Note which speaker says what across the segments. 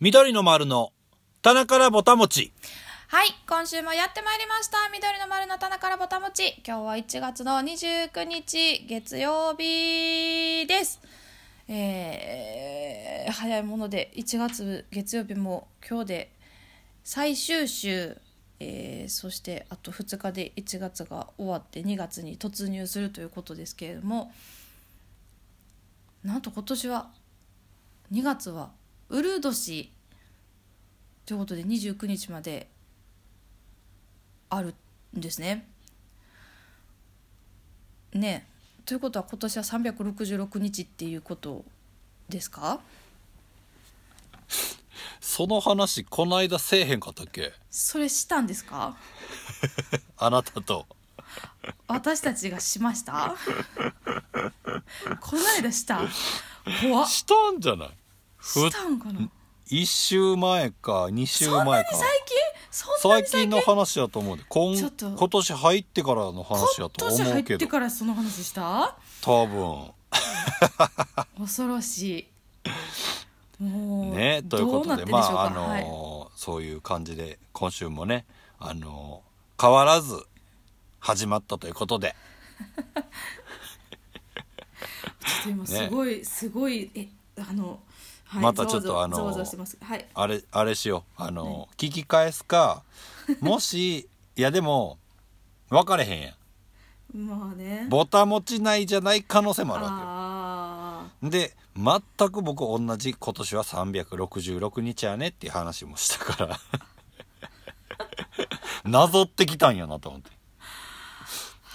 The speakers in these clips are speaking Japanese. Speaker 1: 緑の丸の棚からぼたもち。
Speaker 2: はい、今週もやってまいりました。緑の丸の棚からぼたもち。今日は1月の29日、月曜日です。えー、早いもので、1月月曜日も今日で最終週、えーそしてあと2日で1月が終わって2月に突入するということですけれども、なんと今年は、2月はウルド氏ということで29日まであるんですね。ねえということは今年は366日っていうことですか
Speaker 1: その話、こないだせえへんかったっけ
Speaker 2: それしたんですか
Speaker 1: あなたと。
Speaker 2: 私たちがしました こないだした怖っ
Speaker 1: したんじゃないふ
Speaker 2: したんかな
Speaker 1: ?1 週前か、2週
Speaker 2: そんな
Speaker 1: 前
Speaker 2: に
Speaker 1: か。
Speaker 2: 最近そんな
Speaker 1: 最
Speaker 2: に最
Speaker 1: 近
Speaker 2: 近
Speaker 1: の話やと思うで。今
Speaker 2: ちょっと
Speaker 1: 今年入ってからの話や
Speaker 2: 今
Speaker 1: と
Speaker 2: 年
Speaker 1: 思
Speaker 2: 入
Speaker 1: うけ
Speaker 2: って
Speaker 1: ど。
Speaker 2: からその話した
Speaker 1: 多分。
Speaker 2: 恐ろしいもう
Speaker 1: ね、という
Speaker 2: ど
Speaker 1: こ
Speaker 2: うな
Speaker 1: と
Speaker 2: って
Speaker 1: で、
Speaker 2: んでし
Speaker 1: ま
Speaker 2: ょうか、
Speaker 1: あ、あ
Speaker 2: はい
Speaker 1: のーそういう感じで、今週もね、あのー変わらず、始まったということで。
Speaker 2: ちょっと今すごい、すごいえあの、はい、
Speaker 1: またちょっと
Speaker 2: ざわざわ
Speaker 1: あの
Speaker 2: ざわざわしてますはい
Speaker 1: あれ、あれしよう。あの、聞き返す か、もし、いやでも、分かれへんやん。
Speaker 2: まあね
Speaker 1: ボタ持ちないじゃない可能性もあるわ
Speaker 2: あ
Speaker 1: けよ。で、全く僕同じ今年は366日やねっていう話もした から。なぞってきたんやなと思って。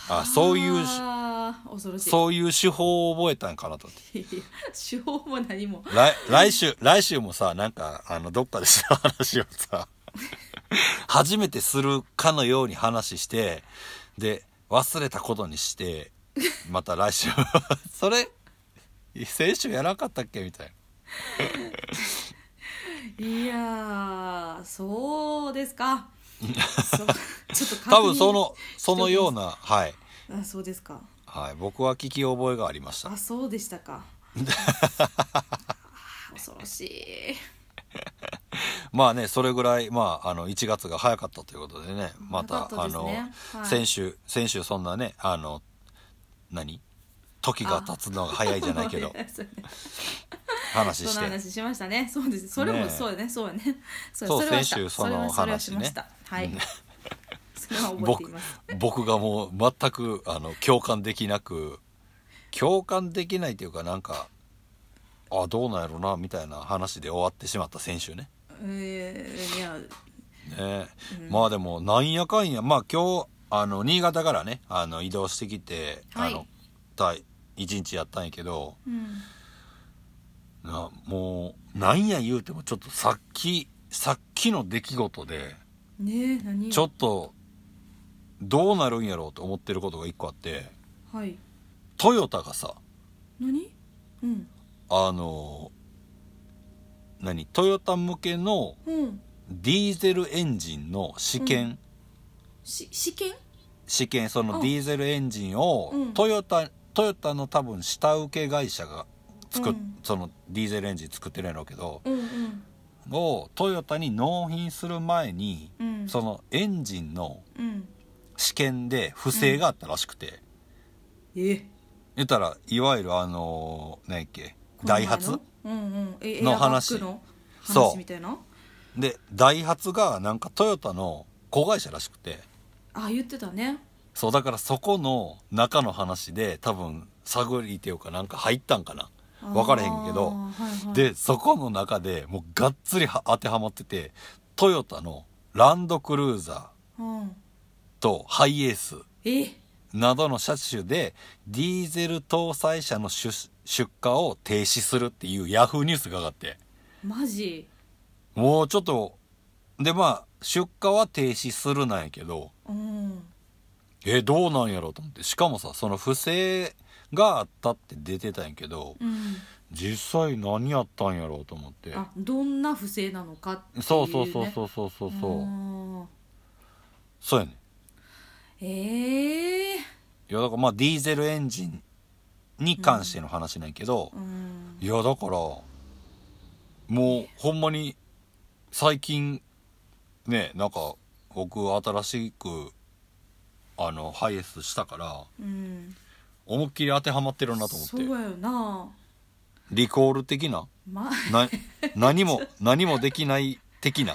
Speaker 2: ー
Speaker 1: あ、そういうし、
Speaker 2: あー恐ろしい
Speaker 1: そういう手法を覚えたんかなと思って。
Speaker 2: いや 手法も何も
Speaker 1: 来、来週、来週もさ、なんか、あの、どっかでした話をさ、 初めてするかのように話して、で、忘れたことにして、また来週、 それ、先週やらなかったっけみたい
Speaker 2: いやーそうで すかそうちょっと
Speaker 1: な。
Speaker 2: 確認
Speaker 1: 多分その、そのような、はい。
Speaker 2: あそうですか
Speaker 1: はい。僕は聞き覚えがありました
Speaker 2: あ。そうでし たかあー恐ろしい
Speaker 1: まあね、それぐらい、まあ、あの、1月が早かったということでね、また、
Speaker 2: 早か
Speaker 1: あ
Speaker 2: ったです
Speaker 1: の、
Speaker 2: ねはい
Speaker 1: 先週、先週そんなね、あの、何時が経つのが早いじゃないけ ど
Speaker 2: ごめ、んなさい
Speaker 1: 話
Speaker 2: そ
Speaker 1: し
Speaker 2: の
Speaker 1: て。
Speaker 2: 話しましたね。そうです。それも
Speaker 1: ねえ
Speaker 2: そうだね。そうだね。 そう
Speaker 1: そう
Speaker 2: れはした
Speaker 1: 先週その
Speaker 2: れはそれはしま
Speaker 1: 話ね
Speaker 2: した。はい
Speaker 1: うん。
Speaker 2: それは覚えてい
Speaker 1: 僕
Speaker 2: ます。、
Speaker 1: 僕がもう全く、あの、共感できなく、共感できないというか、なんか、あ、どうなんやろな、みたいな話で終わってしまった先週ね。
Speaker 2: えーいや、
Speaker 1: ねまあでもなんやかんやまあ今日あの新潟からねあの移動してきて、
Speaker 2: はい
Speaker 1: あのた一日やったんやけど
Speaker 2: うん、
Speaker 1: なもうなんや言うてもちょっとさっきさっきの出来事で
Speaker 2: ねえ何
Speaker 1: ちょっとどうなるんやろうと思ってることが一個あって
Speaker 2: はい。
Speaker 1: トヨタがさ
Speaker 2: 何？うん
Speaker 1: あの何トヨタ向けの
Speaker 2: うん。
Speaker 1: ディーゼルエンジンの試験、
Speaker 2: し試験？
Speaker 1: 試験そ
Speaker 2: うん
Speaker 1: のディーゼルエンジンを
Speaker 2: うん
Speaker 1: トヨタ、トヨタの多分下請け会社が作っ、
Speaker 2: うん
Speaker 1: そのディーゼルエンジン作ってるんやろうけど
Speaker 2: うんうん
Speaker 1: をトヨタに納品する前に、
Speaker 2: うん。
Speaker 1: そのエンジンの
Speaker 2: うん。
Speaker 1: 試験で不正があったらしくて、
Speaker 2: え。
Speaker 1: 言ったらいわゆるあのー何やっけ
Speaker 2: この
Speaker 1: ダ
Speaker 2: 前
Speaker 1: イ
Speaker 2: の
Speaker 1: ハツ
Speaker 2: うんうん。えエ
Speaker 1: の
Speaker 2: アバッ
Speaker 1: 話
Speaker 2: グの
Speaker 1: そう
Speaker 2: 話みたいな。
Speaker 1: でダイハツがなんかトヨタの子会社らしくて
Speaker 2: あ言ってたね。
Speaker 1: そうだからそこの中の話で多分探りていうかなんか入ったんかな分からへんけど。
Speaker 2: あーはいはい、
Speaker 1: でそこの中でもうがっつりは当てはまっててトヨタのランドクルーザ
Speaker 2: うん。
Speaker 1: ーとハイエース
Speaker 2: え。
Speaker 1: などの車種でディーゼル搭載車の出出荷を停止するっていうヤフーニュースが上がって
Speaker 2: マジ。
Speaker 1: もうちょっとでまあ出荷は停止するなんやけど
Speaker 2: うん。
Speaker 1: えどうなんやろうと思ってしかもさその不正があったって出てたんやけど
Speaker 2: うん。
Speaker 1: 実際何やったんやろうと思って
Speaker 2: あどんな不正なのかっていう、ね、
Speaker 1: そうそうそうそうそうそうそう
Speaker 2: あ
Speaker 1: そうやねん
Speaker 2: ーええ
Speaker 1: いやだからまあディーゼルエンジンに関しての話なんやけど、
Speaker 2: うん
Speaker 1: いやだからもうほんまに最近ねなんか僕新しくあのハイエースしたから
Speaker 2: うん
Speaker 1: 思いっきり当てはまってるなと思って
Speaker 2: そうやよな
Speaker 1: リコール的な
Speaker 2: まあ
Speaker 1: な何も何もできない的な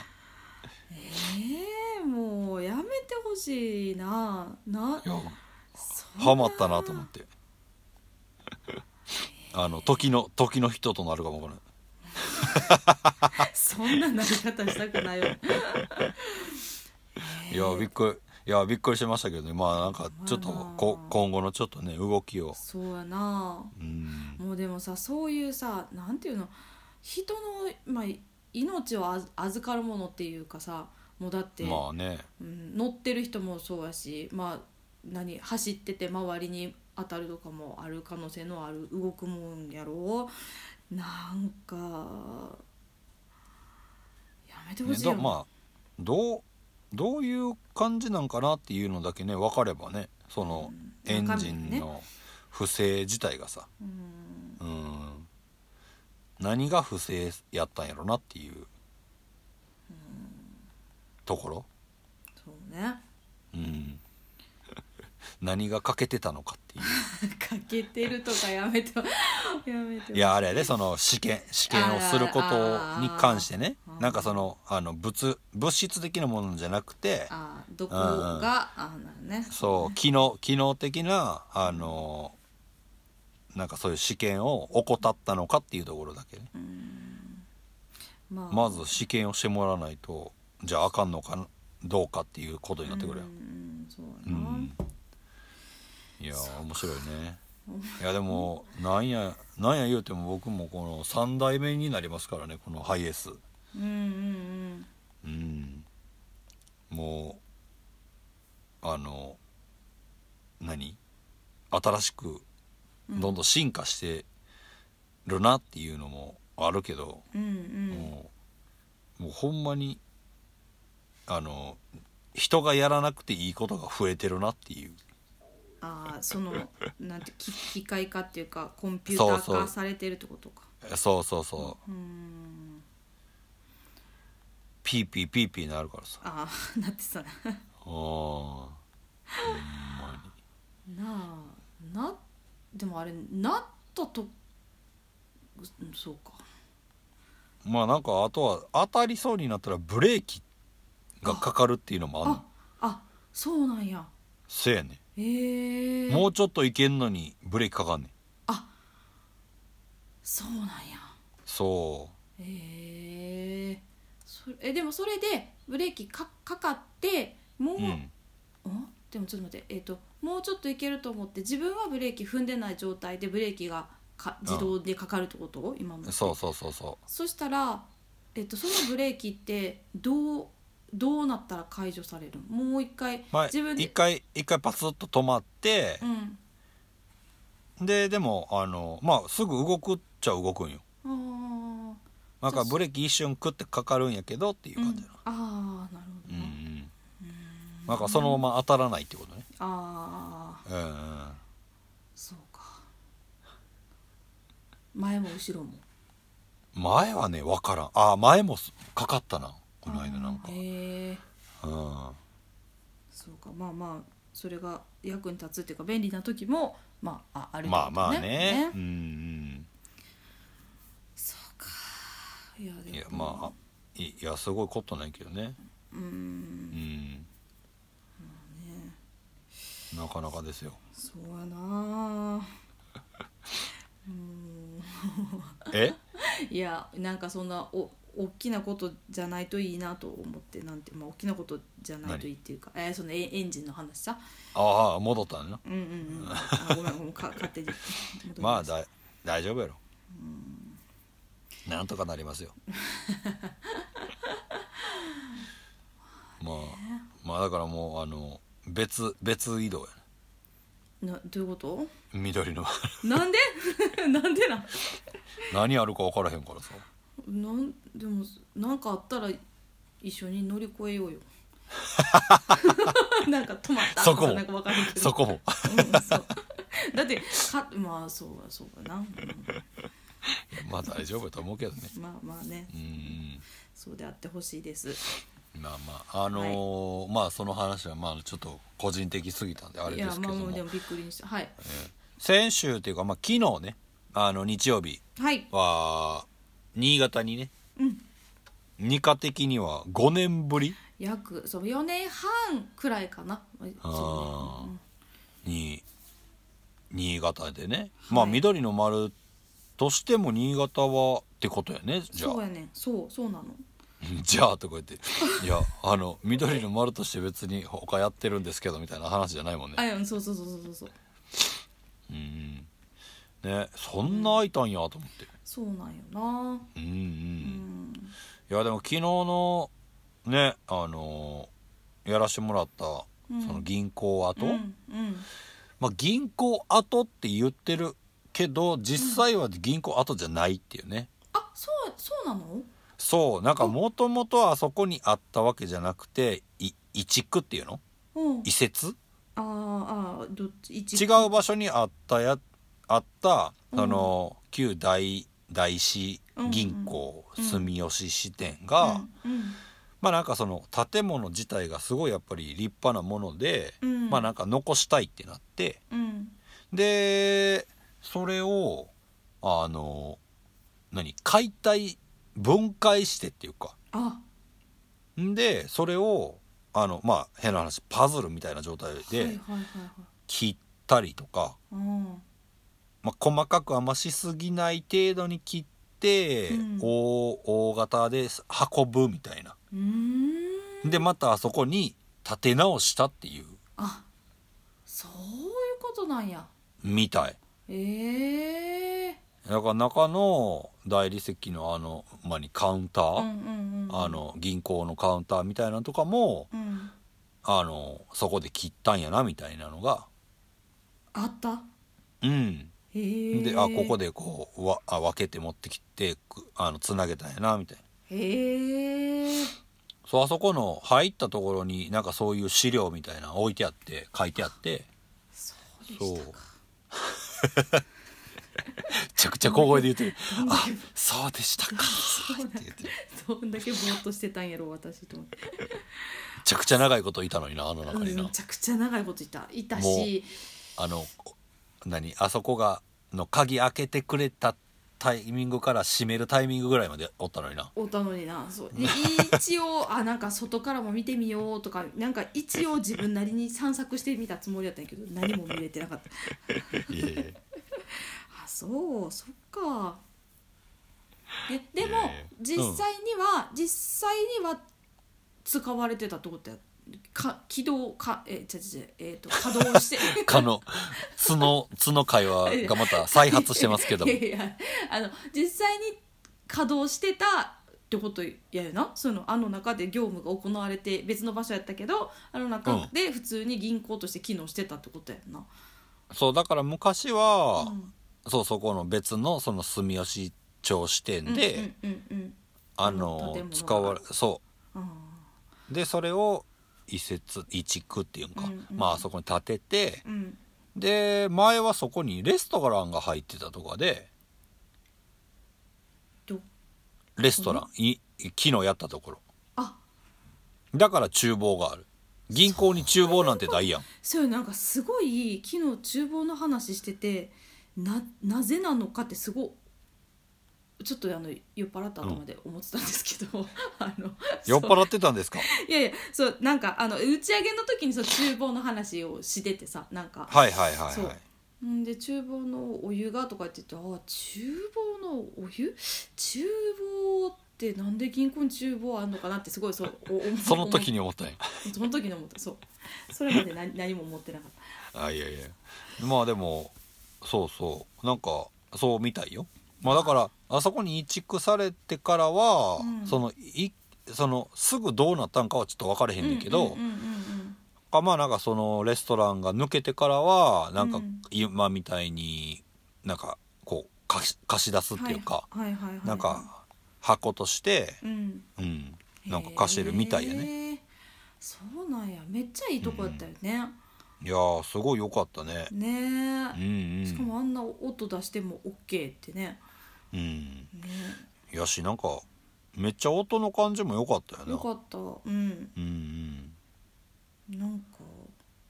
Speaker 2: えー、もうやめてほしいなな
Speaker 1: や
Speaker 2: いそんな
Speaker 1: ハマったなと思ってあの時の時の人となるかもわからない
Speaker 2: そんななり方したくないよ
Speaker 1: いやびっくりいやびっくりしましたけどねまあなんかちょっとこ
Speaker 2: まあ
Speaker 1: 今後のちょっとね動きを
Speaker 2: そうやな
Speaker 1: うん
Speaker 2: もうでもさそういうさなんていうの人の、まあ、命をあず預かるものっていうかさもうだって、
Speaker 1: まあね
Speaker 2: うん、乗ってる人もそうやしまあ何走ってて周りに当たるとかもある可能性のある動くもんやろなんかやめてほ
Speaker 1: ね
Speaker 2: しいよ、
Speaker 1: どまあどうどういう感じなんかなっていうのだけね分かればねその
Speaker 2: うん
Speaker 1: エン
Speaker 2: 中
Speaker 1: ジ
Speaker 2: 身ね
Speaker 1: ンの不正自体がさ、
Speaker 2: うん
Speaker 1: うん、何が不正やったんやろなっていうところ、
Speaker 2: そうね
Speaker 1: うん、 何が欠けてたのかっていう
Speaker 2: かけてるとかやめて やめて
Speaker 1: いやあれやでその試験試験をすることに関してね
Speaker 2: あー
Speaker 1: なんかそのあの物物質的なものじゃなくて
Speaker 2: あどこが、あなんね
Speaker 1: そう機能機能的なあのなんかそういう試験を怠ったのかっていうところだけね
Speaker 2: まあ
Speaker 1: まず試験をしてもらわないとじゃああかんのかなどうかっていうことになってくるやん
Speaker 2: うんそう
Speaker 1: う
Speaker 2: やな、
Speaker 1: んいやー面白いねいやでもなんやなんや言うても僕もこの3代目になりますからねこのハイエース
Speaker 2: うんうん
Speaker 1: うんもうあの何新しくどんどん進化してるなっていうのもあるけど、
Speaker 2: うんうんうん
Speaker 1: もうもうほんまにあの人がやらなくていいことが増えてるなっていう
Speaker 2: ああそのなんて機 機械化っていうかコンピュータ
Speaker 1: そう
Speaker 2: ー
Speaker 1: そ
Speaker 2: 化
Speaker 1: う
Speaker 2: されてるってことか
Speaker 1: そうそうそう
Speaker 2: うん
Speaker 1: ピーピーピーピーなるからさ
Speaker 2: ああ なってさな
Speaker 1: あーほんまに
Speaker 2: あなでもあれなったとうんそうか
Speaker 1: まあなんかあとは当たりそうになったらブレーキがかかるっていうのもあんの
Speaker 2: ああそうなんや
Speaker 1: せやね
Speaker 2: ええ
Speaker 1: んもうちょっといけんのにブレーキかかんねん
Speaker 2: そうなんや
Speaker 1: そ
Speaker 2: ええそれえでもそれでブレーキかかかってもう、
Speaker 1: ううん
Speaker 2: んでもちょっと待ってえっ、ともうちょっといけると思って自分はブレーキ踏んでない状態でブレーキがか自動でかかるってこと、今も
Speaker 1: そうそうそうそ
Speaker 2: そしたら、えっとそのブレーキってどうどうなったら解除されるもう一回
Speaker 1: う、まあ、
Speaker 2: 自分で
Speaker 1: 一回一回パスッと止まって
Speaker 2: う、ん
Speaker 1: ででもあのまあすぐ動くっちゃ動くんよ
Speaker 2: あ
Speaker 1: なんかブレーキ一瞬クッてかかるんやけどっていう
Speaker 2: ー、う
Speaker 1: 感じ
Speaker 2: ん
Speaker 1: やな、
Speaker 2: あーなる
Speaker 1: う
Speaker 2: ほど
Speaker 1: んう
Speaker 2: な、
Speaker 1: んなんかそのまま当たらないってことね
Speaker 2: ああ
Speaker 1: うんうん
Speaker 2: そうか前も後ろも
Speaker 1: 前はね分からんあー前もすかかったなこの間なんか
Speaker 2: あーへえ
Speaker 1: うん
Speaker 2: そうかまあまあそれが役に立つっていうか便利な時もまあああるってこ
Speaker 1: まあ
Speaker 2: と
Speaker 1: まあねうんうん
Speaker 2: そうかいやでも
Speaker 1: いやまあいいやすごいことないけどね
Speaker 2: うーん
Speaker 1: うんなかなかですよ
Speaker 2: そうやなうーん
Speaker 1: え
Speaker 2: いやなんかそんなお大きなことじゃないといいなと思ってなんてまあ大きなことじゃないといいっていうかえーそのエエンジンの話さ
Speaker 1: ああ戻ったんな
Speaker 2: うんうんうんあごめんごめんか勝手に
Speaker 1: まあ
Speaker 2: だ
Speaker 1: だい大丈夫やろなんとかなりますよまあまあだからもうあの別別移動やね
Speaker 2: な どういうこと
Speaker 1: 緑の
Speaker 2: なんで なんでなん
Speaker 1: 何あるか分からへんからさ
Speaker 2: なんでもなんかあったら一緒に乗り越 えようよなんか止まった
Speaker 1: そこも
Speaker 2: なんかわかるけど
Speaker 1: そこも
Speaker 2: うんそうだってかまあそうかそうかな、うん
Speaker 1: まあ大丈夫やと思うけどね
Speaker 2: まあまあね
Speaker 1: うん
Speaker 2: そうであってほしいです。
Speaker 1: まあまああのーまあその話はまあちょっと個人的すぎたんであれ
Speaker 2: い
Speaker 1: で
Speaker 2: や
Speaker 1: すけ
Speaker 2: ま
Speaker 1: ど
Speaker 2: あ
Speaker 1: も
Speaker 2: もうでもびっくりにした。はい
Speaker 1: 先週っていうかまあ昨日ねあの日曜日
Speaker 2: はい
Speaker 1: は新潟にね、
Speaker 2: うん
Speaker 1: 二課的には5年ぶり
Speaker 2: 約そう4年半くらいかな。
Speaker 1: あ
Speaker 2: そ
Speaker 1: ー
Speaker 2: うね
Speaker 1: に新潟でね、まあ
Speaker 2: はい
Speaker 1: 緑の丸としても新潟はってことやねじゃあ
Speaker 2: そうやねんそうそうなの。
Speaker 1: じゃあとか言って「いやあの緑の丸として別に他やってるんですけど」みたいな話じゃないもん
Speaker 2: あ
Speaker 1: ね
Speaker 2: いやうんそうそうそうそうそうそう
Speaker 1: うんねそんな空いたんやと思って
Speaker 2: そうなんよな。
Speaker 1: うんうん、
Speaker 2: うん
Speaker 1: いやでも昨日のねあのやらしてもらったそ
Speaker 2: うん
Speaker 1: の銀行跡、
Speaker 2: うんうん
Speaker 1: まあ銀行跡って言ってるけど実際は銀行跡じゃないっていうね、
Speaker 2: あそうそうなの？
Speaker 1: そうなんかもともとはあそこにあったわけじゃなくてい移築っていうの
Speaker 2: うん
Speaker 1: 移設
Speaker 2: あーあーどっち一
Speaker 1: 違う場所にあったやあったその旧大大師銀行
Speaker 2: うんうん
Speaker 1: 住吉支店が、
Speaker 2: うん
Speaker 1: まあなんかその建物自体がすごいやっぱり立派なもので、
Speaker 2: うん
Speaker 1: まあなんか残したいってなって
Speaker 2: うん
Speaker 1: でそれをあの何解体分解してっていうか
Speaker 2: あ
Speaker 1: んでそれをあのまあ変な話パズルみたいな状態
Speaker 2: はいはい
Speaker 1: で
Speaker 2: はいはい
Speaker 1: 切ったりとか、
Speaker 2: うん
Speaker 1: まあ、細かくあんましすぎない程度に切って、
Speaker 2: うん
Speaker 1: 大大型で運ぶみたいな
Speaker 2: うーん
Speaker 1: でまたあそこに建て直したっていう
Speaker 2: あそういうことなんや
Speaker 1: みたい
Speaker 2: ええ
Speaker 1: だから中の大理石のあの、まあ、にカウンタ
Speaker 2: ー、
Speaker 1: ー、
Speaker 2: うんうんうん
Speaker 1: あの銀行のカウンターみたいなのとかも
Speaker 2: うん
Speaker 1: あのそこで切ったんやなみたいなのが
Speaker 2: あった
Speaker 1: うん
Speaker 2: へえ
Speaker 1: であここ
Speaker 2: で
Speaker 1: でこうわあ分けて持ってきてくあのつなげたんやなみたいな
Speaker 2: へえ
Speaker 1: そうあそこの入ったところになんかそういう資料みたいなの置いてあって書いてあって
Speaker 2: そうでしたか
Speaker 1: めちゃくちゃ小声で言ってる「あそうでしたか」って言ってる
Speaker 2: どんだけぼーっとしてたんやろ私と思って
Speaker 1: めちゃくちゃ長いこといたのになあの中に
Speaker 2: うんめ
Speaker 1: な
Speaker 2: ちゃくちゃ長いこといたいたし
Speaker 1: あの何あそこがの鍵開けてくれたタイミングから閉めるタイミングぐらいまでおったのにな
Speaker 2: おったのにな そうで一応あなんか外からも見てみようとかなんか一応自分なりに散策してみたつもりだったんやけど何も見れてなかった
Speaker 1: いやいや
Speaker 2: あそうそっかででも、
Speaker 1: ええ
Speaker 2: 実際には、実際には使われてたってことやか起動かえちゃちゃえっ、と稼働して
Speaker 1: かの角角会話 がまた 再発してますけど
Speaker 2: い
Speaker 1: も
Speaker 2: やいやあの実際に稼働してたってことやよなそのあの中で業務が行われて別の場所やったけどあの中で普通に銀行として機能してたってことやんな、
Speaker 1: そうだから昔は、
Speaker 2: うん
Speaker 1: そうそこの別のその住吉町支店で、
Speaker 2: うんうんうん
Speaker 1: あ
Speaker 2: あの
Speaker 1: の
Speaker 2: 建物が
Speaker 1: 使われそ
Speaker 2: うん
Speaker 1: うでそれを移設移築っていうんか、
Speaker 2: うんうん
Speaker 1: まああそこに建てて
Speaker 2: うんうん
Speaker 1: で前はそこにレストランが入ってたとかで
Speaker 2: ど
Speaker 1: レストラン、い昨日やったところ
Speaker 2: あ
Speaker 1: だから厨房がある銀行に厨房なんてないやん
Speaker 2: そうよなんかすごい昨日厨房の話しててななぜなのかってすごいちょっとあの酔っ払った頭で思ってたんですけ ど、あの
Speaker 1: 酔っ
Speaker 2: そう
Speaker 1: 払ってたんですか
Speaker 2: いやいやそうなんかあの打ち上げの時にそう厨房の話をしててさなんか
Speaker 1: はいはいはい
Speaker 2: そ
Speaker 1: は
Speaker 2: うん
Speaker 1: い
Speaker 2: んで厨房のお湯がとか言っててああ厨房のお湯厨房ってなんで銀行に厨房あんのかなってすごいそうお思
Speaker 1: その時に思ったんや
Speaker 2: 思その時に思ったそうそれまで何何も思ってな かった
Speaker 1: あいやいやまあでもそうそうなんかそうみたいよまあだからあそこに移築されてからは、
Speaker 2: うん
Speaker 1: そのいそのすぐどうなったんかはちょっと分からへんねんけど、
Speaker 2: うんうんうんうん
Speaker 1: あまあなんかそのレストランが抜けてからはなん
Speaker 2: う
Speaker 1: か
Speaker 2: ん
Speaker 1: 今みたいになんかこう貸し貸し出すっていうか、
Speaker 2: はいはいはいはい
Speaker 1: なんか箱として、
Speaker 2: うん
Speaker 1: うん、なんか貸してるみたいやね
Speaker 2: ねそうなんやめっちゃいいとこやったよね、
Speaker 1: いやーすごい良かったねう
Speaker 2: ね
Speaker 1: んう
Speaker 2: え、
Speaker 1: ん
Speaker 2: しかもあんな音出しても OK ってね
Speaker 1: うん
Speaker 2: ね
Speaker 1: いやしなんかめっちゃ音の感じも良かったよね
Speaker 2: よかったうん
Speaker 1: うんうん
Speaker 2: なんか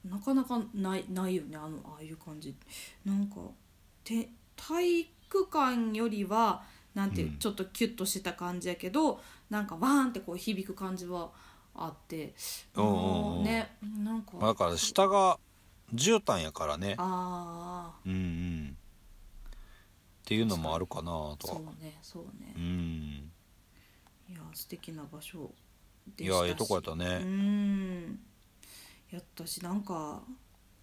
Speaker 2: なかなかないないよねあのああいう感じなんかて体育館よりはなんていう、
Speaker 1: うん
Speaker 2: ちょっとキュッとした感じやけどなんかワーンってこう響く感じはあって
Speaker 1: うんうんうん
Speaker 2: ねなんか
Speaker 1: まあだから下が絨毯やからね
Speaker 2: あ
Speaker 1: うんうんっていうのもあるかな
Speaker 2: あ
Speaker 1: と
Speaker 2: そ
Speaker 1: は
Speaker 2: うねそうね
Speaker 1: うん
Speaker 2: いや素敵な場所
Speaker 1: い
Speaker 2: でした
Speaker 1: や
Speaker 2: し
Speaker 1: ええとこやった
Speaker 2: う
Speaker 1: ね
Speaker 2: んやったしなんか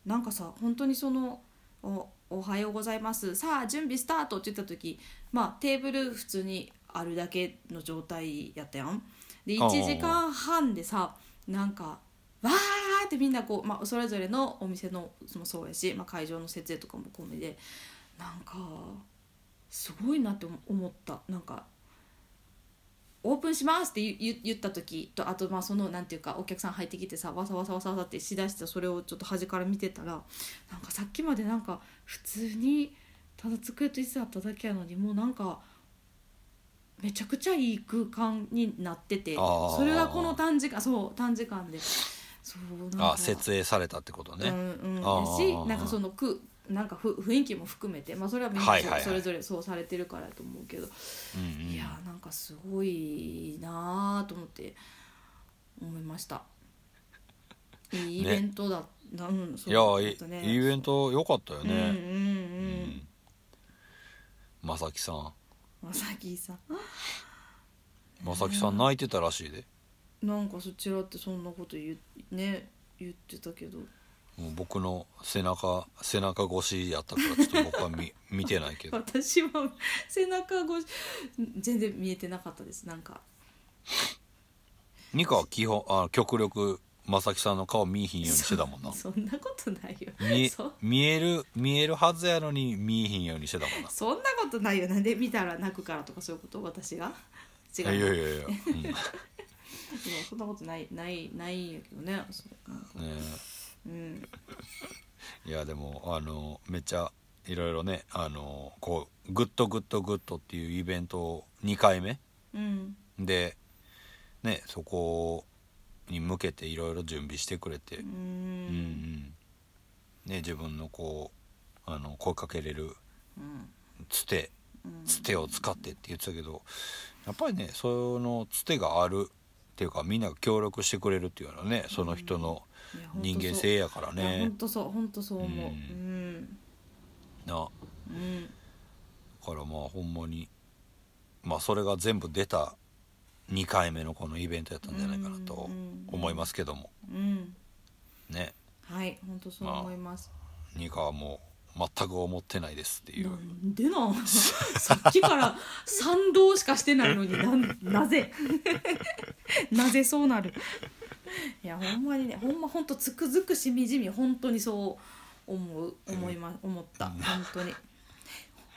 Speaker 2: なんかさ本当にそのお「おはようございます」「さあ準備スタート」って言った時まあテーブル普通にあるだけの状態やったやん。で
Speaker 1: ああ
Speaker 2: 1時間半でさなんかわーってみんなこう、まあ、それぞれのお店のもそうやし、まあ、会場の設営とかも込みでなんかすごいなって思思ったなんか「オープンします」って言言言った時とあとまあそのなんていうかお客さん入ってきてさわさわさわさわさってしだしてそれをちょっと端から見てたらなんかさっきまでなんか普通にただ机と椅子あっただけやのにもうなんかめちゃくちゃいい空間になってて
Speaker 1: あー
Speaker 2: それがこの短時間そう短時間でそうなんか
Speaker 1: あ設営されたってこと
Speaker 2: う
Speaker 1: ね
Speaker 2: んうん、
Speaker 1: あー
Speaker 2: だしなんかそのくなんかふ雰囲気も含めて、まあ、それはみんな
Speaker 1: はいはいはい
Speaker 2: それぞれそうされてるからやと思うけど、
Speaker 1: うん
Speaker 2: いやーなんかすごいなーと思って思い ましたいいイベントだ、なうん
Speaker 1: う
Speaker 2: そ
Speaker 1: んいや
Speaker 2: うだ
Speaker 1: い
Speaker 2: った
Speaker 1: い
Speaker 2: ね
Speaker 1: イベント良かったよ
Speaker 2: うんうん
Speaker 1: ね
Speaker 2: う
Speaker 1: うんんまさきさん
Speaker 2: まさきさん
Speaker 1: まさきさん泣いてたらしいで
Speaker 2: なんかそちらってそんなこと言うね言ってたけど
Speaker 1: もう僕の背中背中越しやったからちょっと僕は見 見てないけど
Speaker 2: 私は 背中越し全然見えてなかったですなんか
Speaker 1: ニカは基本あ極力まさきさんの顔見えひんようにしてたもんな
Speaker 2: そんなことないよ
Speaker 1: 見え
Speaker 2: そ
Speaker 1: 見える見えるはずやのに見えひんようにしてたもんな
Speaker 2: そんなことないよなんで見たら泣くからとかそういうこと私が違う
Speaker 1: いやいやいやいや、うんね
Speaker 2: そうそんなことないないないんやけどねそうなんか うん
Speaker 1: えいやでもあのめっちゃいろいろねあのこうグッドグッドグッドっていうイベントを2回目
Speaker 2: うん
Speaker 1: でねそこに向けていろいろ準備してくれて、
Speaker 2: う
Speaker 1: うんうんんね、自分のこうあの声かけれる
Speaker 2: うん
Speaker 1: つて
Speaker 2: うん
Speaker 1: つてを使ってって言ってたけどやっぱりねそのつてがあるっていうかみんなが協力してくれるっていうのはねその人の
Speaker 2: いやほんとそう
Speaker 1: 人間性やから
Speaker 2: いやほ
Speaker 1: ね
Speaker 2: ん。とそうほんとそう思うう
Speaker 1: うん
Speaker 2: ん
Speaker 1: な
Speaker 2: うん
Speaker 1: だからまあほんまにまあそれが全部出た2回目のこのイベントやったんじゃないかなと思いますけども
Speaker 2: うん
Speaker 1: ね
Speaker 2: はいほんとそう思います
Speaker 1: ニカはもう全く思ってないですっていう
Speaker 2: な。んでなん さっきから賛同しかしてないのになんなぜ なぜそうなるいやほんまにねほんまほんとつくづくしみじみ本当にそう思う思いま思った本当に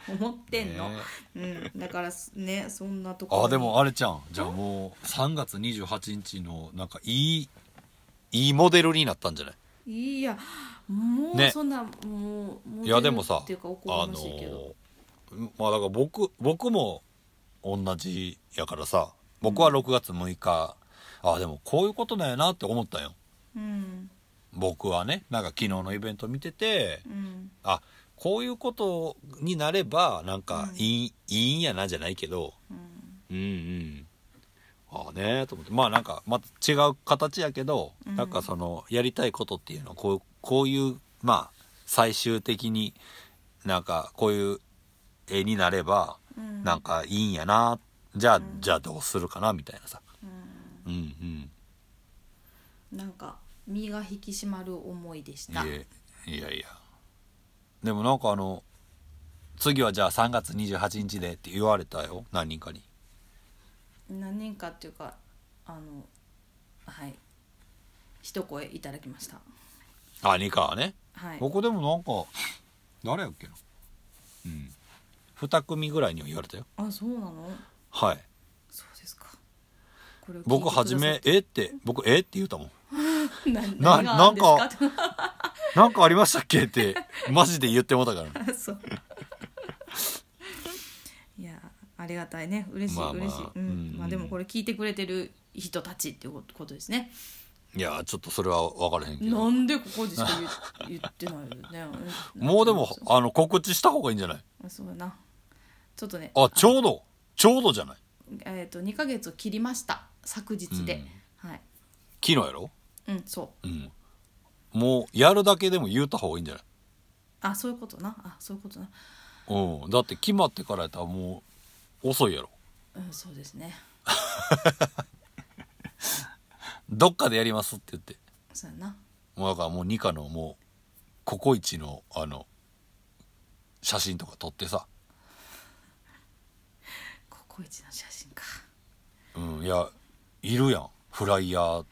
Speaker 2: 思ってんの、
Speaker 1: ね
Speaker 2: うんだからすねそんなところに
Speaker 1: あでもあれちゃんじゃあもう3月28日のなんかいいいいモデルになったんじゃない
Speaker 2: いやもう
Speaker 1: ね
Speaker 2: そんな、もうモ
Speaker 1: い
Speaker 2: デル
Speaker 1: やでもさ
Speaker 2: っていうか怒
Speaker 1: あ
Speaker 2: ら
Speaker 1: の
Speaker 2: しいけど、
Speaker 1: ーまあだから僕僕も同じやからさ僕は6月6日、あでもこういうことだよなって思ったよ
Speaker 2: うん
Speaker 1: 僕はねなんか昨日のイベント見てて
Speaker 2: うん
Speaker 1: あこういうことになればなんかいい,、いいんやなじゃないけど
Speaker 2: うん
Speaker 1: うんうんああねと思ってまあなんかまた違う形やけど、
Speaker 2: うん
Speaker 1: なんかそのやりたいことっていうのはこうこういうまあ最終的になんかこういう絵になれば
Speaker 2: うん
Speaker 1: なんかいいんやなじゃあ、
Speaker 2: ん
Speaker 1: じゃあどうするかなみたいなさ
Speaker 2: うん
Speaker 1: うんうん
Speaker 2: なんか身が引き締まる思いでし
Speaker 1: い
Speaker 2: た
Speaker 1: えいやいやでもなんかあの次はじゃあ3月28日でって言われたよ何人かに
Speaker 2: 何人かっていうかあのはい一声いただきました
Speaker 1: あ二課はね
Speaker 2: はい
Speaker 1: 僕でもなんか誰やっけなうん2組ぐらいには言われたよ
Speaker 2: あそうなの
Speaker 1: はい
Speaker 2: そうですかこれを聞いて
Speaker 1: 僕
Speaker 2: くださ
Speaker 1: 初め「えっ?」て僕「えっ?」て言うたもん
Speaker 2: な
Speaker 1: な
Speaker 2: 何があるんです
Speaker 1: な
Speaker 2: か
Speaker 1: ん「なんかありましたっけ?」ってマジで言ってもうたからね
Speaker 2: あそういやありがたいね嬉しい、
Speaker 1: まあまあ
Speaker 2: 嬉しい、うん
Speaker 1: うん
Speaker 2: まあ、でもこれ聞いてくれてる人たちっていうことですね
Speaker 1: いやちょっとそれは分からへんけ
Speaker 2: な
Speaker 1: ど
Speaker 2: んでここでしか言言ってないよね
Speaker 1: もうでもあの告知した方がいいんじゃない
Speaker 2: あそうだなちょっとね
Speaker 1: あちょうどちょうどじゃない
Speaker 2: えっ、と2ヶ月を切りました昨日で、は
Speaker 1: 昨
Speaker 2: い
Speaker 1: 日やろ
Speaker 2: うんそう
Speaker 1: うんもうやるだけでも言うた方がいいんじゃない
Speaker 2: あそういうことなあそういうことな
Speaker 1: うんだって決まってからやったらもう遅いやろ
Speaker 2: うんそうですね
Speaker 1: どっかでやりますって言って
Speaker 2: そうやな
Speaker 1: もうだからもうニカのもうココイチのあの写真とか撮ってさ
Speaker 2: ココイチの写真か
Speaker 1: うんいやいるやんフライヤー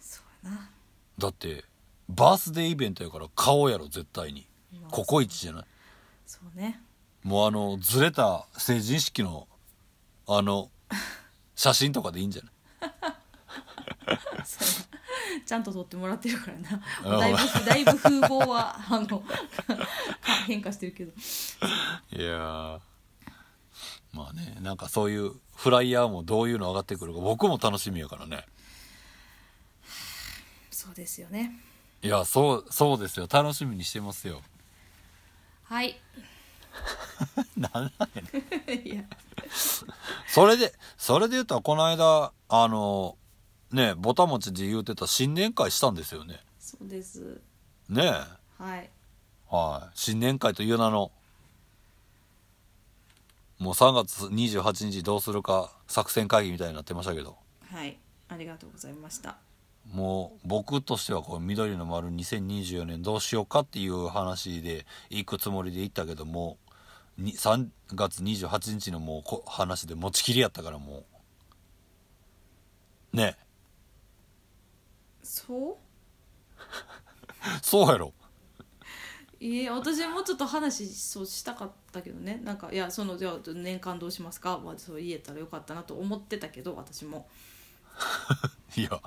Speaker 2: そうやな
Speaker 1: だってバースデーイベントやから顔やろ絶対に
Speaker 2: まあ
Speaker 1: ココイチじゃない
Speaker 2: そうね
Speaker 1: もうあのずれた成人式のあ の写真とかでいいんじゃない
Speaker 2: ちゃんと撮ってもらってるからな
Speaker 1: あ
Speaker 2: だいぶだいぶ風貌はあの変化してるけど
Speaker 1: いやーまあねなんかそういうフライヤーもどういうの上がってくるか僕も楽しみやからね
Speaker 2: そうですよね
Speaker 1: いやそうそうですよ楽しみにしてますよ
Speaker 2: はい
Speaker 1: なんなんやねん
Speaker 2: いや
Speaker 1: それでそれで言うとこの間あのねぼたもちで言うてた新年会したんですよね
Speaker 2: そうです
Speaker 1: ねえ
Speaker 2: はい
Speaker 1: はい新年会という名のもう3月28日どうするか作戦会議みたいになってましたけど
Speaker 2: はいありがとうございました
Speaker 1: もう僕としてはこう緑の丸2024年どうしようかっていう話で行くつもりで行ったけどもに3月28日のもうこ話で持ちきりやったからもうね
Speaker 2: そう
Speaker 1: えそうやろ
Speaker 2: えー、私もちょっと話そうしたかったけどねなんかいやそのじゃあ年間どうしますか、まあ、そう言えたらよかったなと思ってたけど私も
Speaker 1: いや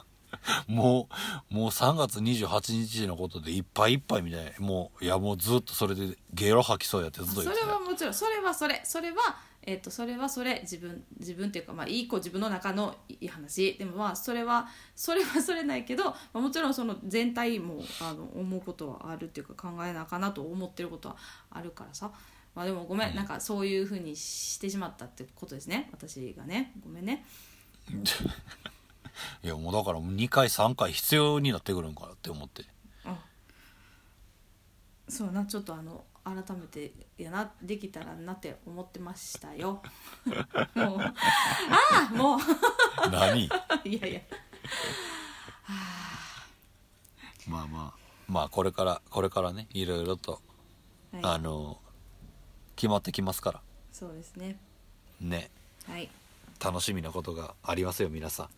Speaker 1: もうもう3月28日のことでいっぱいいっぱいみたいなもういやもうずっとそれでゲロ吐きそうやってずっ
Speaker 2: そ
Speaker 1: と
Speaker 2: れ
Speaker 1: 言ってた
Speaker 2: は
Speaker 1: よ
Speaker 2: もちろんそれはそれそれはえっ、とそれはそれ自分自分っていうかまあいい子自分の中のいい話でもまあそれはそれはそれないけど、まあ、もちろんその全体もあの思うことはあるっていうか考えなあかんなと思ってることはあるからさまあでもごめん、なんかそういうふうにしてしまったってことですね私がねごめんね
Speaker 1: いやもうだから2回3回必要になってくるんかなって思 って
Speaker 2: そうやなちょっとあの改めてやなできたらなって思ってましたよ もうああもう
Speaker 1: 何
Speaker 2: いやいや
Speaker 1: まあまあまあこれからこれからねいろいろと、
Speaker 2: は
Speaker 1: あ
Speaker 2: い、
Speaker 1: の決まってきますから
Speaker 2: そうですね。
Speaker 1: ね
Speaker 2: はい、
Speaker 1: 楽しみなことがありますよ皆さん